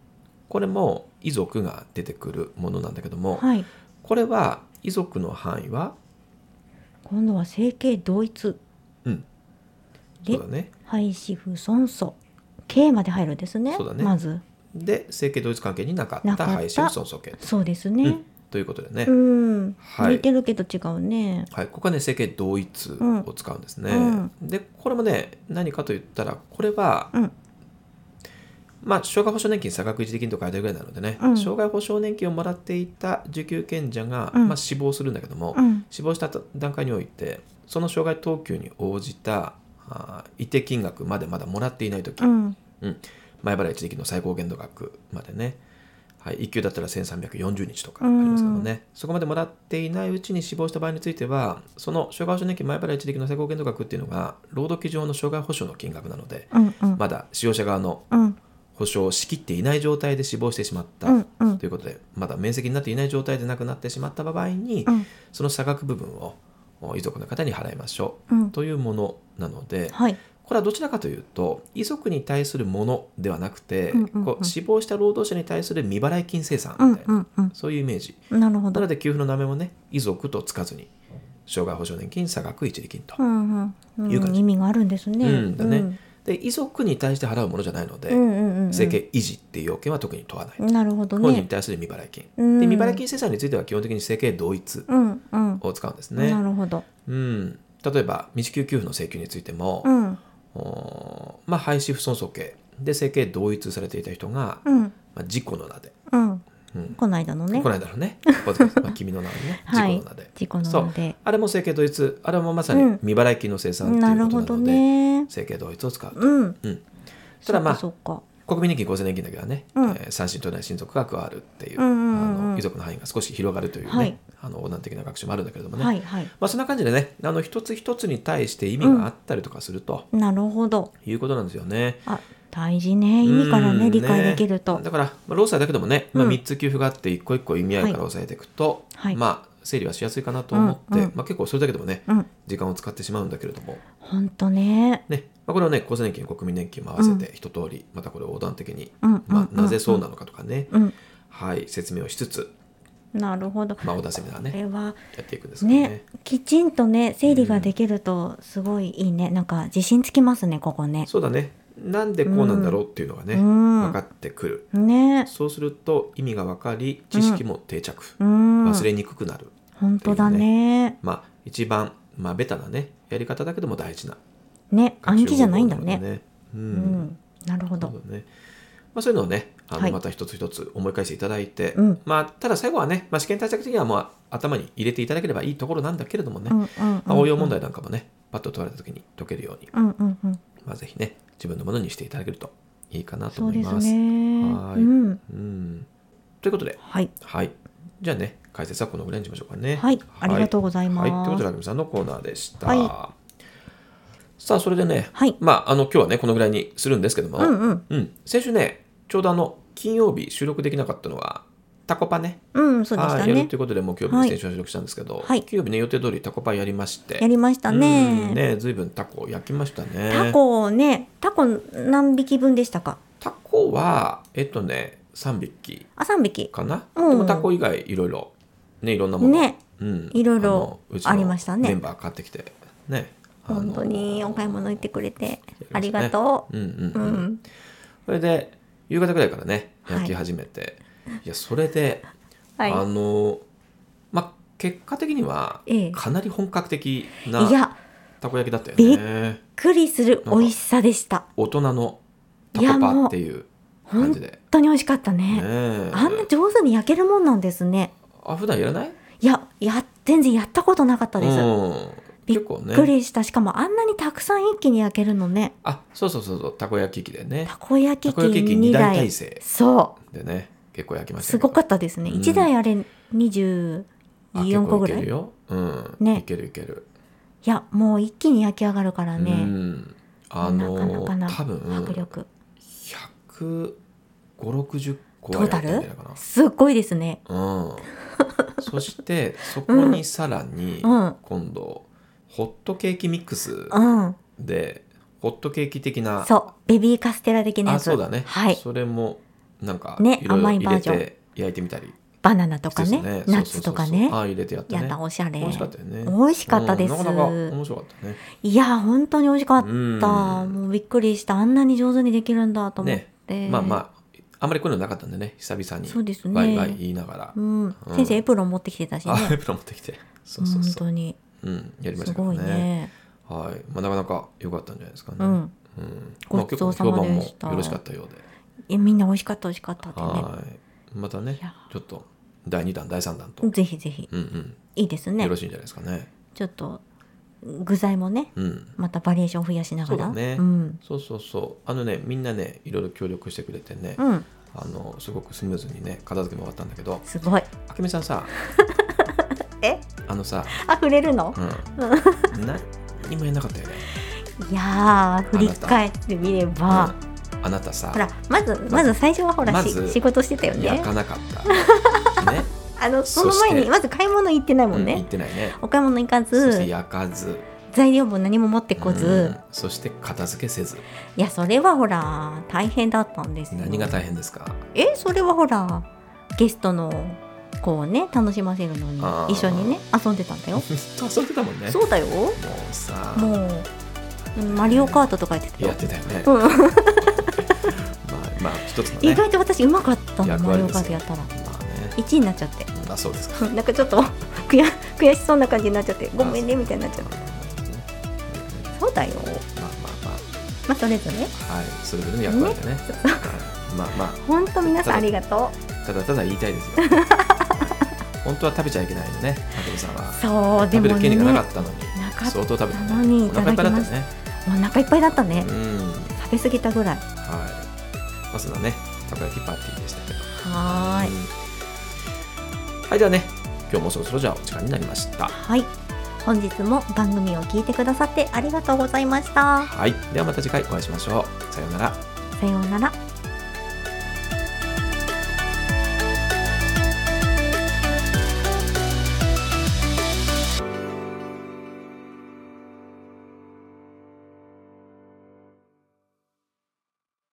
[SPEAKER 1] これも遺族が出てくるものなんだけども、
[SPEAKER 2] はい。
[SPEAKER 1] これは遺族の範囲は、
[SPEAKER 2] 今度は整形同一
[SPEAKER 1] うん、そ
[SPEAKER 2] で
[SPEAKER 1] うだね
[SPEAKER 2] 廃止不損訴 K まで入るんですね。
[SPEAKER 1] そうだね
[SPEAKER 2] まず
[SPEAKER 1] で生計同一関係になか
[SPEAKER 2] な
[SPEAKER 1] っ
[SPEAKER 2] か
[SPEAKER 1] た
[SPEAKER 2] った
[SPEAKER 1] 配信損損権、
[SPEAKER 2] そうです
[SPEAKER 1] う
[SPEAKER 2] ね
[SPEAKER 1] ん。ということでね、
[SPEAKER 2] うん。
[SPEAKER 1] はい
[SPEAKER 2] 似てるけど違うね。
[SPEAKER 1] はい、ここはね整形同一を使うんですね、
[SPEAKER 2] うん
[SPEAKER 1] でこれもね何かと言ったらこれは、
[SPEAKER 2] うん
[SPEAKER 1] まあ障害保障年金差額一時金と書いてあるぐらいなのでね、
[SPEAKER 2] うん
[SPEAKER 1] 障害保障年金をもらっていた受給権者が、
[SPEAKER 2] うん
[SPEAKER 1] まあ、死亡するんだけども、
[SPEAKER 2] うん。
[SPEAKER 1] 死亡した段階においてその障害等級に応じたあー一定金額までまだもらっていない時、
[SPEAKER 2] うん。
[SPEAKER 1] うん前払い一時金の最高限度額までね、はい、1級だったら1340日とかありますけどもね、そこまでもらっていないうちに死亡した場合についてはその障害保障年金前払い一時金の最高限度額っていうのが労働基準法の障害保障の金額なので、
[SPEAKER 2] うん。うん。
[SPEAKER 1] まだ使用者側の
[SPEAKER 2] うん。
[SPEAKER 1] 保障をしきっていない状態で死亡してしまった、
[SPEAKER 2] うん。うん
[SPEAKER 1] と。いうことでまだ面積になっていない状態で亡くなってしまった場合に、
[SPEAKER 2] うん
[SPEAKER 1] その差額部分をお遺族の方に払いましょ
[SPEAKER 2] う。
[SPEAKER 1] うんというものなので、
[SPEAKER 2] はい。
[SPEAKER 1] これはどちらかというと遺族に対するものではなくて、
[SPEAKER 2] うんうんうん
[SPEAKER 1] こう死亡した労働者に対する未払い金生産
[SPEAKER 2] う
[SPEAKER 1] み
[SPEAKER 2] ん。
[SPEAKER 1] たいな、
[SPEAKER 2] うん。う
[SPEAKER 1] そういうイメージ
[SPEAKER 2] ん。なるほ
[SPEAKER 1] な
[SPEAKER 2] ど
[SPEAKER 1] の。で給付の名前もね遺族とつかずに障害保障年金差額一時金と、
[SPEAKER 2] うん。うんう
[SPEAKER 1] いう感
[SPEAKER 2] ん。
[SPEAKER 1] じ
[SPEAKER 2] 意味があるんですね。
[SPEAKER 1] うんだね
[SPEAKER 2] うん
[SPEAKER 1] で遺族に対して払うものじゃないので、
[SPEAKER 2] うん。うん。うん
[SPEAKER 1] 生。計維持っていう要件は特に問わない、
[SPEAKER 2] なるほど
[SPEAKER 1] 本人に
[SPEAKER 2] ね。
[SPEAKER 1] 対する未払い金、
[SPEAKER 2] うん
[SPEAKER 1] で未払い金生産については基本的に生計同一
[SPEAKER 2] うん。うん。
[SPEAKER 1] を使うんですね、
[SPEAKER 2] なるほど。
[SPEAKER 1] うん、例えば未支給給付の請求についても、
[SPEAKER 2] うん。
[SPEAKER 1] おーまあ、廃止不損訴刑で生計同一されていた人が、
[SPEAKER 2] うん。
[SPEAKER 1] まあ、事故の名で、
[SPEAKER 2] うん。
[SPEAKER 1] うん
[SPEAKER 2] この間のね
[SPEAKER 1] こ。の間のね、ポッドキャストまあ、君の名でね、事
[SPEAKER 2] は
[SPEAKER 1] 故
[SPEAKER 2] い
[SPEAKER 1] の名で。。
[SPEAKER 2] 事故
[SPEAKER 1] そ
[SPEAKER 2] なの
[SPEAKER 1] う
[SPEAKER 2] で。
[SPEAKER 1] あれも整形同一、あれもまさに
[SPEAKER 2] うん
[SPEAKER 1] 未払い金の生産と
[SPEAKER 2] ないる
[SPEAKER 1] うこ
[SPEAKER 2] ほ
[SPEAKER 1] と
[SPEAKER 2] ど
[SPEAKER 1] なので、
[SPEAKER 2] ね。
[SPEAKER 1] 整形同一を使うと。
[SPEAKER 2] うん。
[SPEAKER 1] うんただまあ
[SPEAKER 2] そっかそっか
[SPEAKER 1] 国民年金、厚生年金だけはね、
[SPEAKER 2] うん
[SPEAKER 1] えー三親とない親族が加わるっていう、
[SPEAKER 2] うんうんうん
[SPEAKER 1] あの遺族の範囲が少し広がるというね、
[SPEAKER 2] はい
[SPEAKER 1] あの横断的な学習もあるんだけれどもね、
[SPEAKER 2] はいはい。
[SPEAKER 1] まあ、そんな感じでね、あの一つ一つに対して意味があったりとかすると
[SPEAKER 2] なるほど。
[SPEAKER 1] いうことなんですよね。
[SPEAKER 2] あ、大事ね。意味から
[SPEAKER 1] う
[SPEAKER 2] ね、
[SPEAKER 1] ん
[SPEAKER 2] 理解できると。
[SPEAKER 1] だから、まあ、労災だけでもね、まあ、
[SPEAKER 2] うん
[SPEAKER 1] 3つ給付があって一個一個意味合いから押さえていくと、
[SPEAKER 2] はい
[SPEAKER 1] まあ整理はしやすいかなと思って、
[SPEAKER 2] うんうん
[SPEAKER 1] まあ、結構それだけでもね
[SPEAKER 2] うん。
[SPEAKER 1] 時間を使ってしまうんだけれども、
[SPEAKER 2] ほんとね。
[SPEAKER 1] ねまあ、これをね厚生年金国民年金も合わせて一通り、またこれを横断的に、
[SPEAKER 2] うんうん
[SPEAKER 1] まあ、なぜそう
[SPEAKER 2] な
[SPEAKER 1] なのかとかね、
[SPEAKER 2] うん。
[SPEAKER 1] はい、説明をしつつ
[SPEAKER 2] なるほど。こ
[SPEAKER 1] まあ、お出せみたいなね
[SPEAKER 2] れは
[SPEAKER 1] やっていくんですけどね
[SPEAKER 2] ね、きちんとね、整理ができるとすごいいいね。なんか自信つきますね、ここね。
[SPEAKER 1] そうだねなんでこうなんだろうっていうのがね、
[SPEAKER 2] うん
[SPEAKER 1] 分かってくる
[SPEAKER 2] ね。
[SPEAKER 1] そうすると意味が分かり知識も定着、
[SPEAKER 2] うん。
[SPEAKER 1] 忘れにくくなる
[SPEAKER 2] 本当だね。
[SPEAKER 1] まあ一番まあベタなねやり方だけども大事な
[SPEAKER 2] ね、暗記じゃないんだ
[SPEAKER 1] 学習方法
[SPEAKER 2] ね。
[SPEAKER 1] のでう
[SPEAKER 2] うんん。なるほ
[SPEAKER 1] そう
[SPEAKER 2] ど。
[SPEAKER 1] だね。まあ、そういうのをね、あ
[SPEAKER 2] は
[SPEAKER 1] の
[SPEAKER 2] い
[SPEAKER 1] また一つ一つ思い返していただいて、
[SPEAKER 2] うん
[SPEAKER 1] まあ、ただ最後はね、まあ、試験対策的にはもう頭に入れていただければいいところなんだけれどもね、
[SPEAKER 2] うんう
[SPEAKER 1] ま
[SPEAKER 2] んうんうん。
[SPEAKER 1] あ、応用問題なんかもね、パッと問われた時に解けるように、
[SPEAKER 2] うんうんうん。
[SPEAKER 1] まあ、ぜひね、自分のものにしていただけるといいかなと
[SPEAKER 2] そう
[SPEAKER 1] 思い
[SPEAKER 2] です
[SPEAKER 1] ます。
[SPEAKER 2] ね。
[SPEAKER 1] はい
[SPEAKER 2] うん。
[SPEAKER 1] うん、ということで、
[SPEAKER 2] はい。
[SPEAKER 1] はい。じゃあね、解説はこのぐらいにしましょうかね。
[SPEAKER 2] はいありがとうございます
[SPEAKER 1] はい、ということで、あきみさんのコーナーでした。
[SPEAKER 2] は
[SPEAKER 1] さあ、それでね、
[SPEAKER 2] はい
[SPEAKER 1] まあ、あの、今日はね、このぐらいにするんですけども、
[SPEAKER 2] うんうん。
[SPEAKER 1] うん、先週ね、ちょうどあの金曜日収録できなかったのは、タコパね、
[SPEAKER 2] うん、そうでした
[SPEAKER 1] はいやる
[SPEAKER 2] ね
[SPEAKER 1] と。いうことで、木曜日
[SPEAKER 2] は
[SPEAKER 1] に
[SPEAKER 2] い
[SPEAKER 1] 先週収録したんですけど、
[SPEAKER 2] はい
[SPEAKER 1] 金曜日ね、予定通りタコパやりまして、
[SPEAKER 2] やりました
[SPEAKER 1] うん
[SPEAKER 2] ね。
[SPEAKER 1] ねずいぶんタコ焼きましたね。
[SPEAKER 2] タコね、タコ何匹分でしたか
[SPEAKER 1] タコは、えっとね、3匹
[SPEAKER 2] あ、3匹。
[SPEAKER 1] かな。
[SPEAKER 2] うん
[SPEAKER 1] でもタコ以外、いろいろ、ね、いろんなもの、
[SPEAKER 2] ね。
[SPEAKER 1] うん、
[SPEAKER 2] いろいろ
[SPEAKER 1] のうちの
[SPEAKER 2] ありましたね
[SPEAKER 1] メンバー買ってきて、ね。あの
[SPEAKER 2] 本当にお買い物行ってくれて
[SPEAKER 1] やりましたね
[SPEAKER 2] ありがと
[SPEAKER 1] うんうん
[SPEAKER 2] う。う
[SPEAKER 1] うん
[SPEAKER 2] ん。
[SPEAKER 1] それで夕方ぐらいからね
[SPEAKER 2] はい
[SPEAKER 1] 焼き始めて、い、やそれで、
[SPEAKER 2] はい
[SPEAKER 1] あのまあ結果的には
[SPEAKER 2] ええ
[SPEAKER 1] かなり本格的
[SPEAKER 2] い
[SPEAKER 1] な
[SPEAKER 2] や、
[SPEAKER 1] たこ焼きだったよ
[SPEAKER 2] び
[SPEAKER 1] ね
[SPEAKER 2] くりする美味しさでした。
[SPEAKER 1] 大人のタ
[SPEAKER 2] いや
[SPEAKER 1] コ
[SPEAKER 2] も
[SPEAKER 1] パ
[SPEAKER 2] う
[SPEAKER 1] っていう感
[SPEAKER 2] 本
[SPEAKER 1] じで
[SPEAKER 2] 当に美味しかったね。
[SPEAKER 1] ねえ
[SPEAKER 2] あんな上手に焼けるもんなんですね。
[SPEAKER 1] あ普段やらない
[SPEAKER 2] いや、や、全然やったことなかったです。
[SPEAKER 1] うん
[SPEAKER 2] びっ
[SPEAKER 1] 結構ね
[SPEAKER 2] くりした。しかもあんなにたくさん一気に焼けるのね。
[SPEAKER 1] あそうそうそうそうたこ焼き器でね
[SPEAKER 2] たこ焼
[SPEAKER 1] た
[SPEAKER 2] き器
[SPEAKER 1] こ焼き器2
[SPEAKER 2] 2
[SPEAKER 1] 台体
[SPEAKER 2] 台。
[SPEAKER 1] 制
[SPEAKER 2] そ
[SPEAKER 1] でね結構焼き
[SPEAKER 2] う。
[SPEAKER 1] ました
[SPEAKER 2] すごか
[SPEAKER 1] っ
[SPEAKER 2] ったですね。
[SPEAKER 1] うん
[SPEAKER 2] 1台あれ24個ぐら
[SPEAKER 1] いけ
[SPEAKER 2] い。
[SPEAKER 1] る
[SPEAKER 2] い
[SPEAKER 1] よ、うん
[SPEAKER 2] ね
[SPEAKER 1] いけるいける
[SPEAKER 2] や、もう一気に焼き上がるから
[SPEAKER 1] う
[SPEAKER 2] ね。
[SPEAKER 1] んあの
[SPEAKER 2] なかなか
[SPEAKER 1] 多分
[SPEAKER 2] な迫力。
[SPEAKER 1] 15060個
[SPEAKER 2] ト
[SPEAKER 1] は
[SPEAKER 2] ー
[SPEAKER 1] やった
[SPEAKER 2] タ
[SPEAKER 1] んじゃない
[SPEAKER 2] ル
[SPEAKER 1] かな。
[SPEAKER 2] すっごいですね。
[SPEAKER 1] うん、そしてそこにさらに
[SPEAKER 2] うん
[SPEAKER 1] 今度ホットケーキミックス
[SPEAKER 2] うん。
[SPEAKER 1] でホットケーキ的な
[SPEAKER 2] そう。ベビーカステラ的なや
[SPEAKER 1] あ
[SPEAKER 2] つ。
[SPEAKER 1] そうだね、
[SPEAKER 2] はい。
[SPEAKER 1] それもなんか
[SPEAKER 2] ね
[SPEAKER 1] いろいろ
[SPEAKER 2] 甘い
[SPEAKER 1] 入
[SPEAKER 2] バー
[SPEAKER 1] れ
[SPEAKER 2] ジョン
[SPEAKER 1] て焼いてみたり
[SPEAKER 2] バナナとか
[SPEAKER 1] してそ
[SPEAKER 2] ね。ナッ
[SPEAKER 1] うそうそうそ
[SPEAKER 2] ツ
[SPEAKER 1] う
[SPEAKER 2] とかね。
[SPEAKER 1] あ入れてやった
[SPEAKER 2] や
[SPEAKER 1] ね
[SPEAKER 2] だ、おしゃれ。
[SPEAKER 1] 美味しかったよね
[SPEAKER 2] 美味しかったです
[SPEAKER 1] うんなかなか面白かったね
[SPEAKER 2] いや、本当に美味しかった。
[SPEAKER 1] うん
[SPEAKER 2] もうびっくりした。あんなに上手にできるんだと思って。
[SPEAKER 1] まあまああんまりこういうのなかったんでね久々に
[SPEAKER 2] そうですね
[SPEAKER 1] ワイワイ言いながら、
[SPEAKER 2] うん。先生、エプロン持ってきてたしね。
[SPEAKER 1] あエプロン持ってきて そうそうそう
[SPEAKER 2] 本当に。
[SPEAKER 1] うん、やりまし
[SPEAKER 2] す
[SPEAKER 1] たけど
[SPEAKER 2] ごいね。
[SPEAKER 1] はい、まあ、なかなか良かったんじゃないですかね。
[SPEAKER 2] うん。
[SPEAKER 1] うん
[SPEAKER 2] ごちそうさまで
[SPEAKER 1] まあ
[SPEAKER 2] した
[SPEAKER 1] 結構評判もよろしかったようで。
[SPEAKER 2] えみんな美味しかった、美味しかったってね。
[SPEAKER 1] はい、またね
[SPEAKER 2] いや、
[SPEAKER 1] ちょっと第二弾、第三弾と、
[SPEAKER 2] ぜひぜひ。
[SPEAKER 1] うんうん、
[SPEAKER 2] いいですね
[SPEAKER 1] よろ。しいんじゃないですかね。
[SPEAKER 2] ちょっと、具材もね、
[SPEAKER 1] うん、
[SPEAKER 2] またバリエーション増やしながら。
[SPEAKER 1] そうだね
[SPEAKER 2] ん。
[SPEAKER 1] そうそうそう、あのね、みんなね、いろいろ協力してくれてね、
[SPEAKER 2] うん。
[SPEAKER 1] あの、すごくスムーズにね、片付けも終わったんだけど。
[SPEAKER 2] すごい。
[SPEAKER 1] あけみさんさ、
[SPEAKER 2] え
[SPEAKER 1] あのさ、
[SPEAKER 2] 溢れるの
[SPEAKER 1] うん、な、今やんなかったよね。
[SPEAKER 2] いやー、振り返ってみれば。
[SPEAKER 1] うんあなたさ、
[SPEAKER 2] ほら、まず、まず最初はほら、
[SPEAKER 1] ま
[SPEAKER 2] し
[SPEAKER 1] ず
[SPEAKER 2] 仕事してたよ
[SPEAKER 1] 焼
[SPEAKER 2] ね。
[SPEAKER 1] かなか った。ね、
[SPEAKER 2] あの、その
[SPEAKER 1] そして
[SPEAKER 2] 前に、まず買い物行ってないも
[SPEAKER 1] う
[SPEAKER 2] ん
[SPEAKER 1] ん
[SPEAKER 2] ね
[SPEAKER 1] 行っ。てないね。
[SPEAKER 2] お買い物行か
[SPEAKER 1] そして
[SPEAKER 2] ず、
[SPEAKER 1] 焼かず。
[SPEAKER 2] 材料も何も持ってこず、
[SPEAKER 1] うんそして片付けせず
[SPEAKER 2] いや、それはほら、大変だったんですよ。
[SPEAKER 1] 何が大変ですか
[SPEAKER 2] え、それはほら、ゲストの子をね、楽しませるのに
[SPEAKER 1] あ、ー
[SPEAKER 2] 一緒にね、遊んでたんだよ。
[SPEAKER 1] 遊んでたもんね
[SPEAKER 2] そうだよ。
[SPEAKER 1] もうさ
[SPEAKER 2] もう、マリオカートとかやってたよ
[SPEAKER 1] やってたよね、
[SPEAKER 2] うん
[SPEAKER 1] まあまあ一つの
[SPEAKER 2] 意
[SPEAKER 1] ね
[SPEAKER 2] 外と私、うまかったの、
[SPEAKER 1] 役
[SPEAKER 2] マ
[SPEAKER 1] 割
[SPEAKER 2] リオ
[SPEAKER 1] です
[SPEAKER 2] カ
[SPEAKER 1] よ
[SPEAKER 2] ートやったら。
[SPEAKER 1] まあね
[SPEAKER 2] 1位になっちゃって。
[SPEAKER 1] まあそうですか
[SPEAKER 2] なんかちょっと悔や悔しそうな感じになっちゃってごめんねみたいになっちゃってそうだよ
[SPEAKER 1] まあまあ
[SPEAKER 2] まあそれぞれ
[SPEAKER 1] まあはいそれぞれの役割でねはいまあま
[SPEAKER 2] ほんと皆さんありがと
[SPEAKER 1] あただただ言いたいです よ本当は食べちゃいけないのねたけみさんは
[SPEAKER 2] うそうで
[SPEAKER 1] 食べ
[SPEAKER 2] も
[SPEAKER 1] る権
[SPEAKER 2] ね
[SPEAKER 1] 利がなか
[SPEAKER 2] な
[SPEAKER 1] ったのに
[SPEAKER 2] かった
[SPEAKER 1] 相当食べた
[SPEAKER 2] なのに
[SPEAKER 1] お
[SPEAKER 2] いた
[SPEAKER 1] 腹いっぱ
[SPEAKER 2] だき
[SPEAKER 1] いだ
[SPEAKER 2] ま
[SPEAKER 1] っ
[SPEAKER 2] した
[SPEAKER 1] ね
[SPEAKER 2] お腹いっぱいだったね
[SPEAKER 1] うん
[SPEAKER 2] 食べ過ぎたぐらい
[SPEAKER 1] はいまあそんなねたこ焼きパーティーでしたけど
[SPEAKER 2] はーい
[SPEAKER 1] うんはい、ではね、今日もそろそろじゃあお時間になりました。
[SPEAKER 2] はい本日も番組を聞いてくださってありがとうございました
[SPEAKER 1] はい、ではまた次回お会いしましょう。さようなら。
[SPEAKER 2] さようなら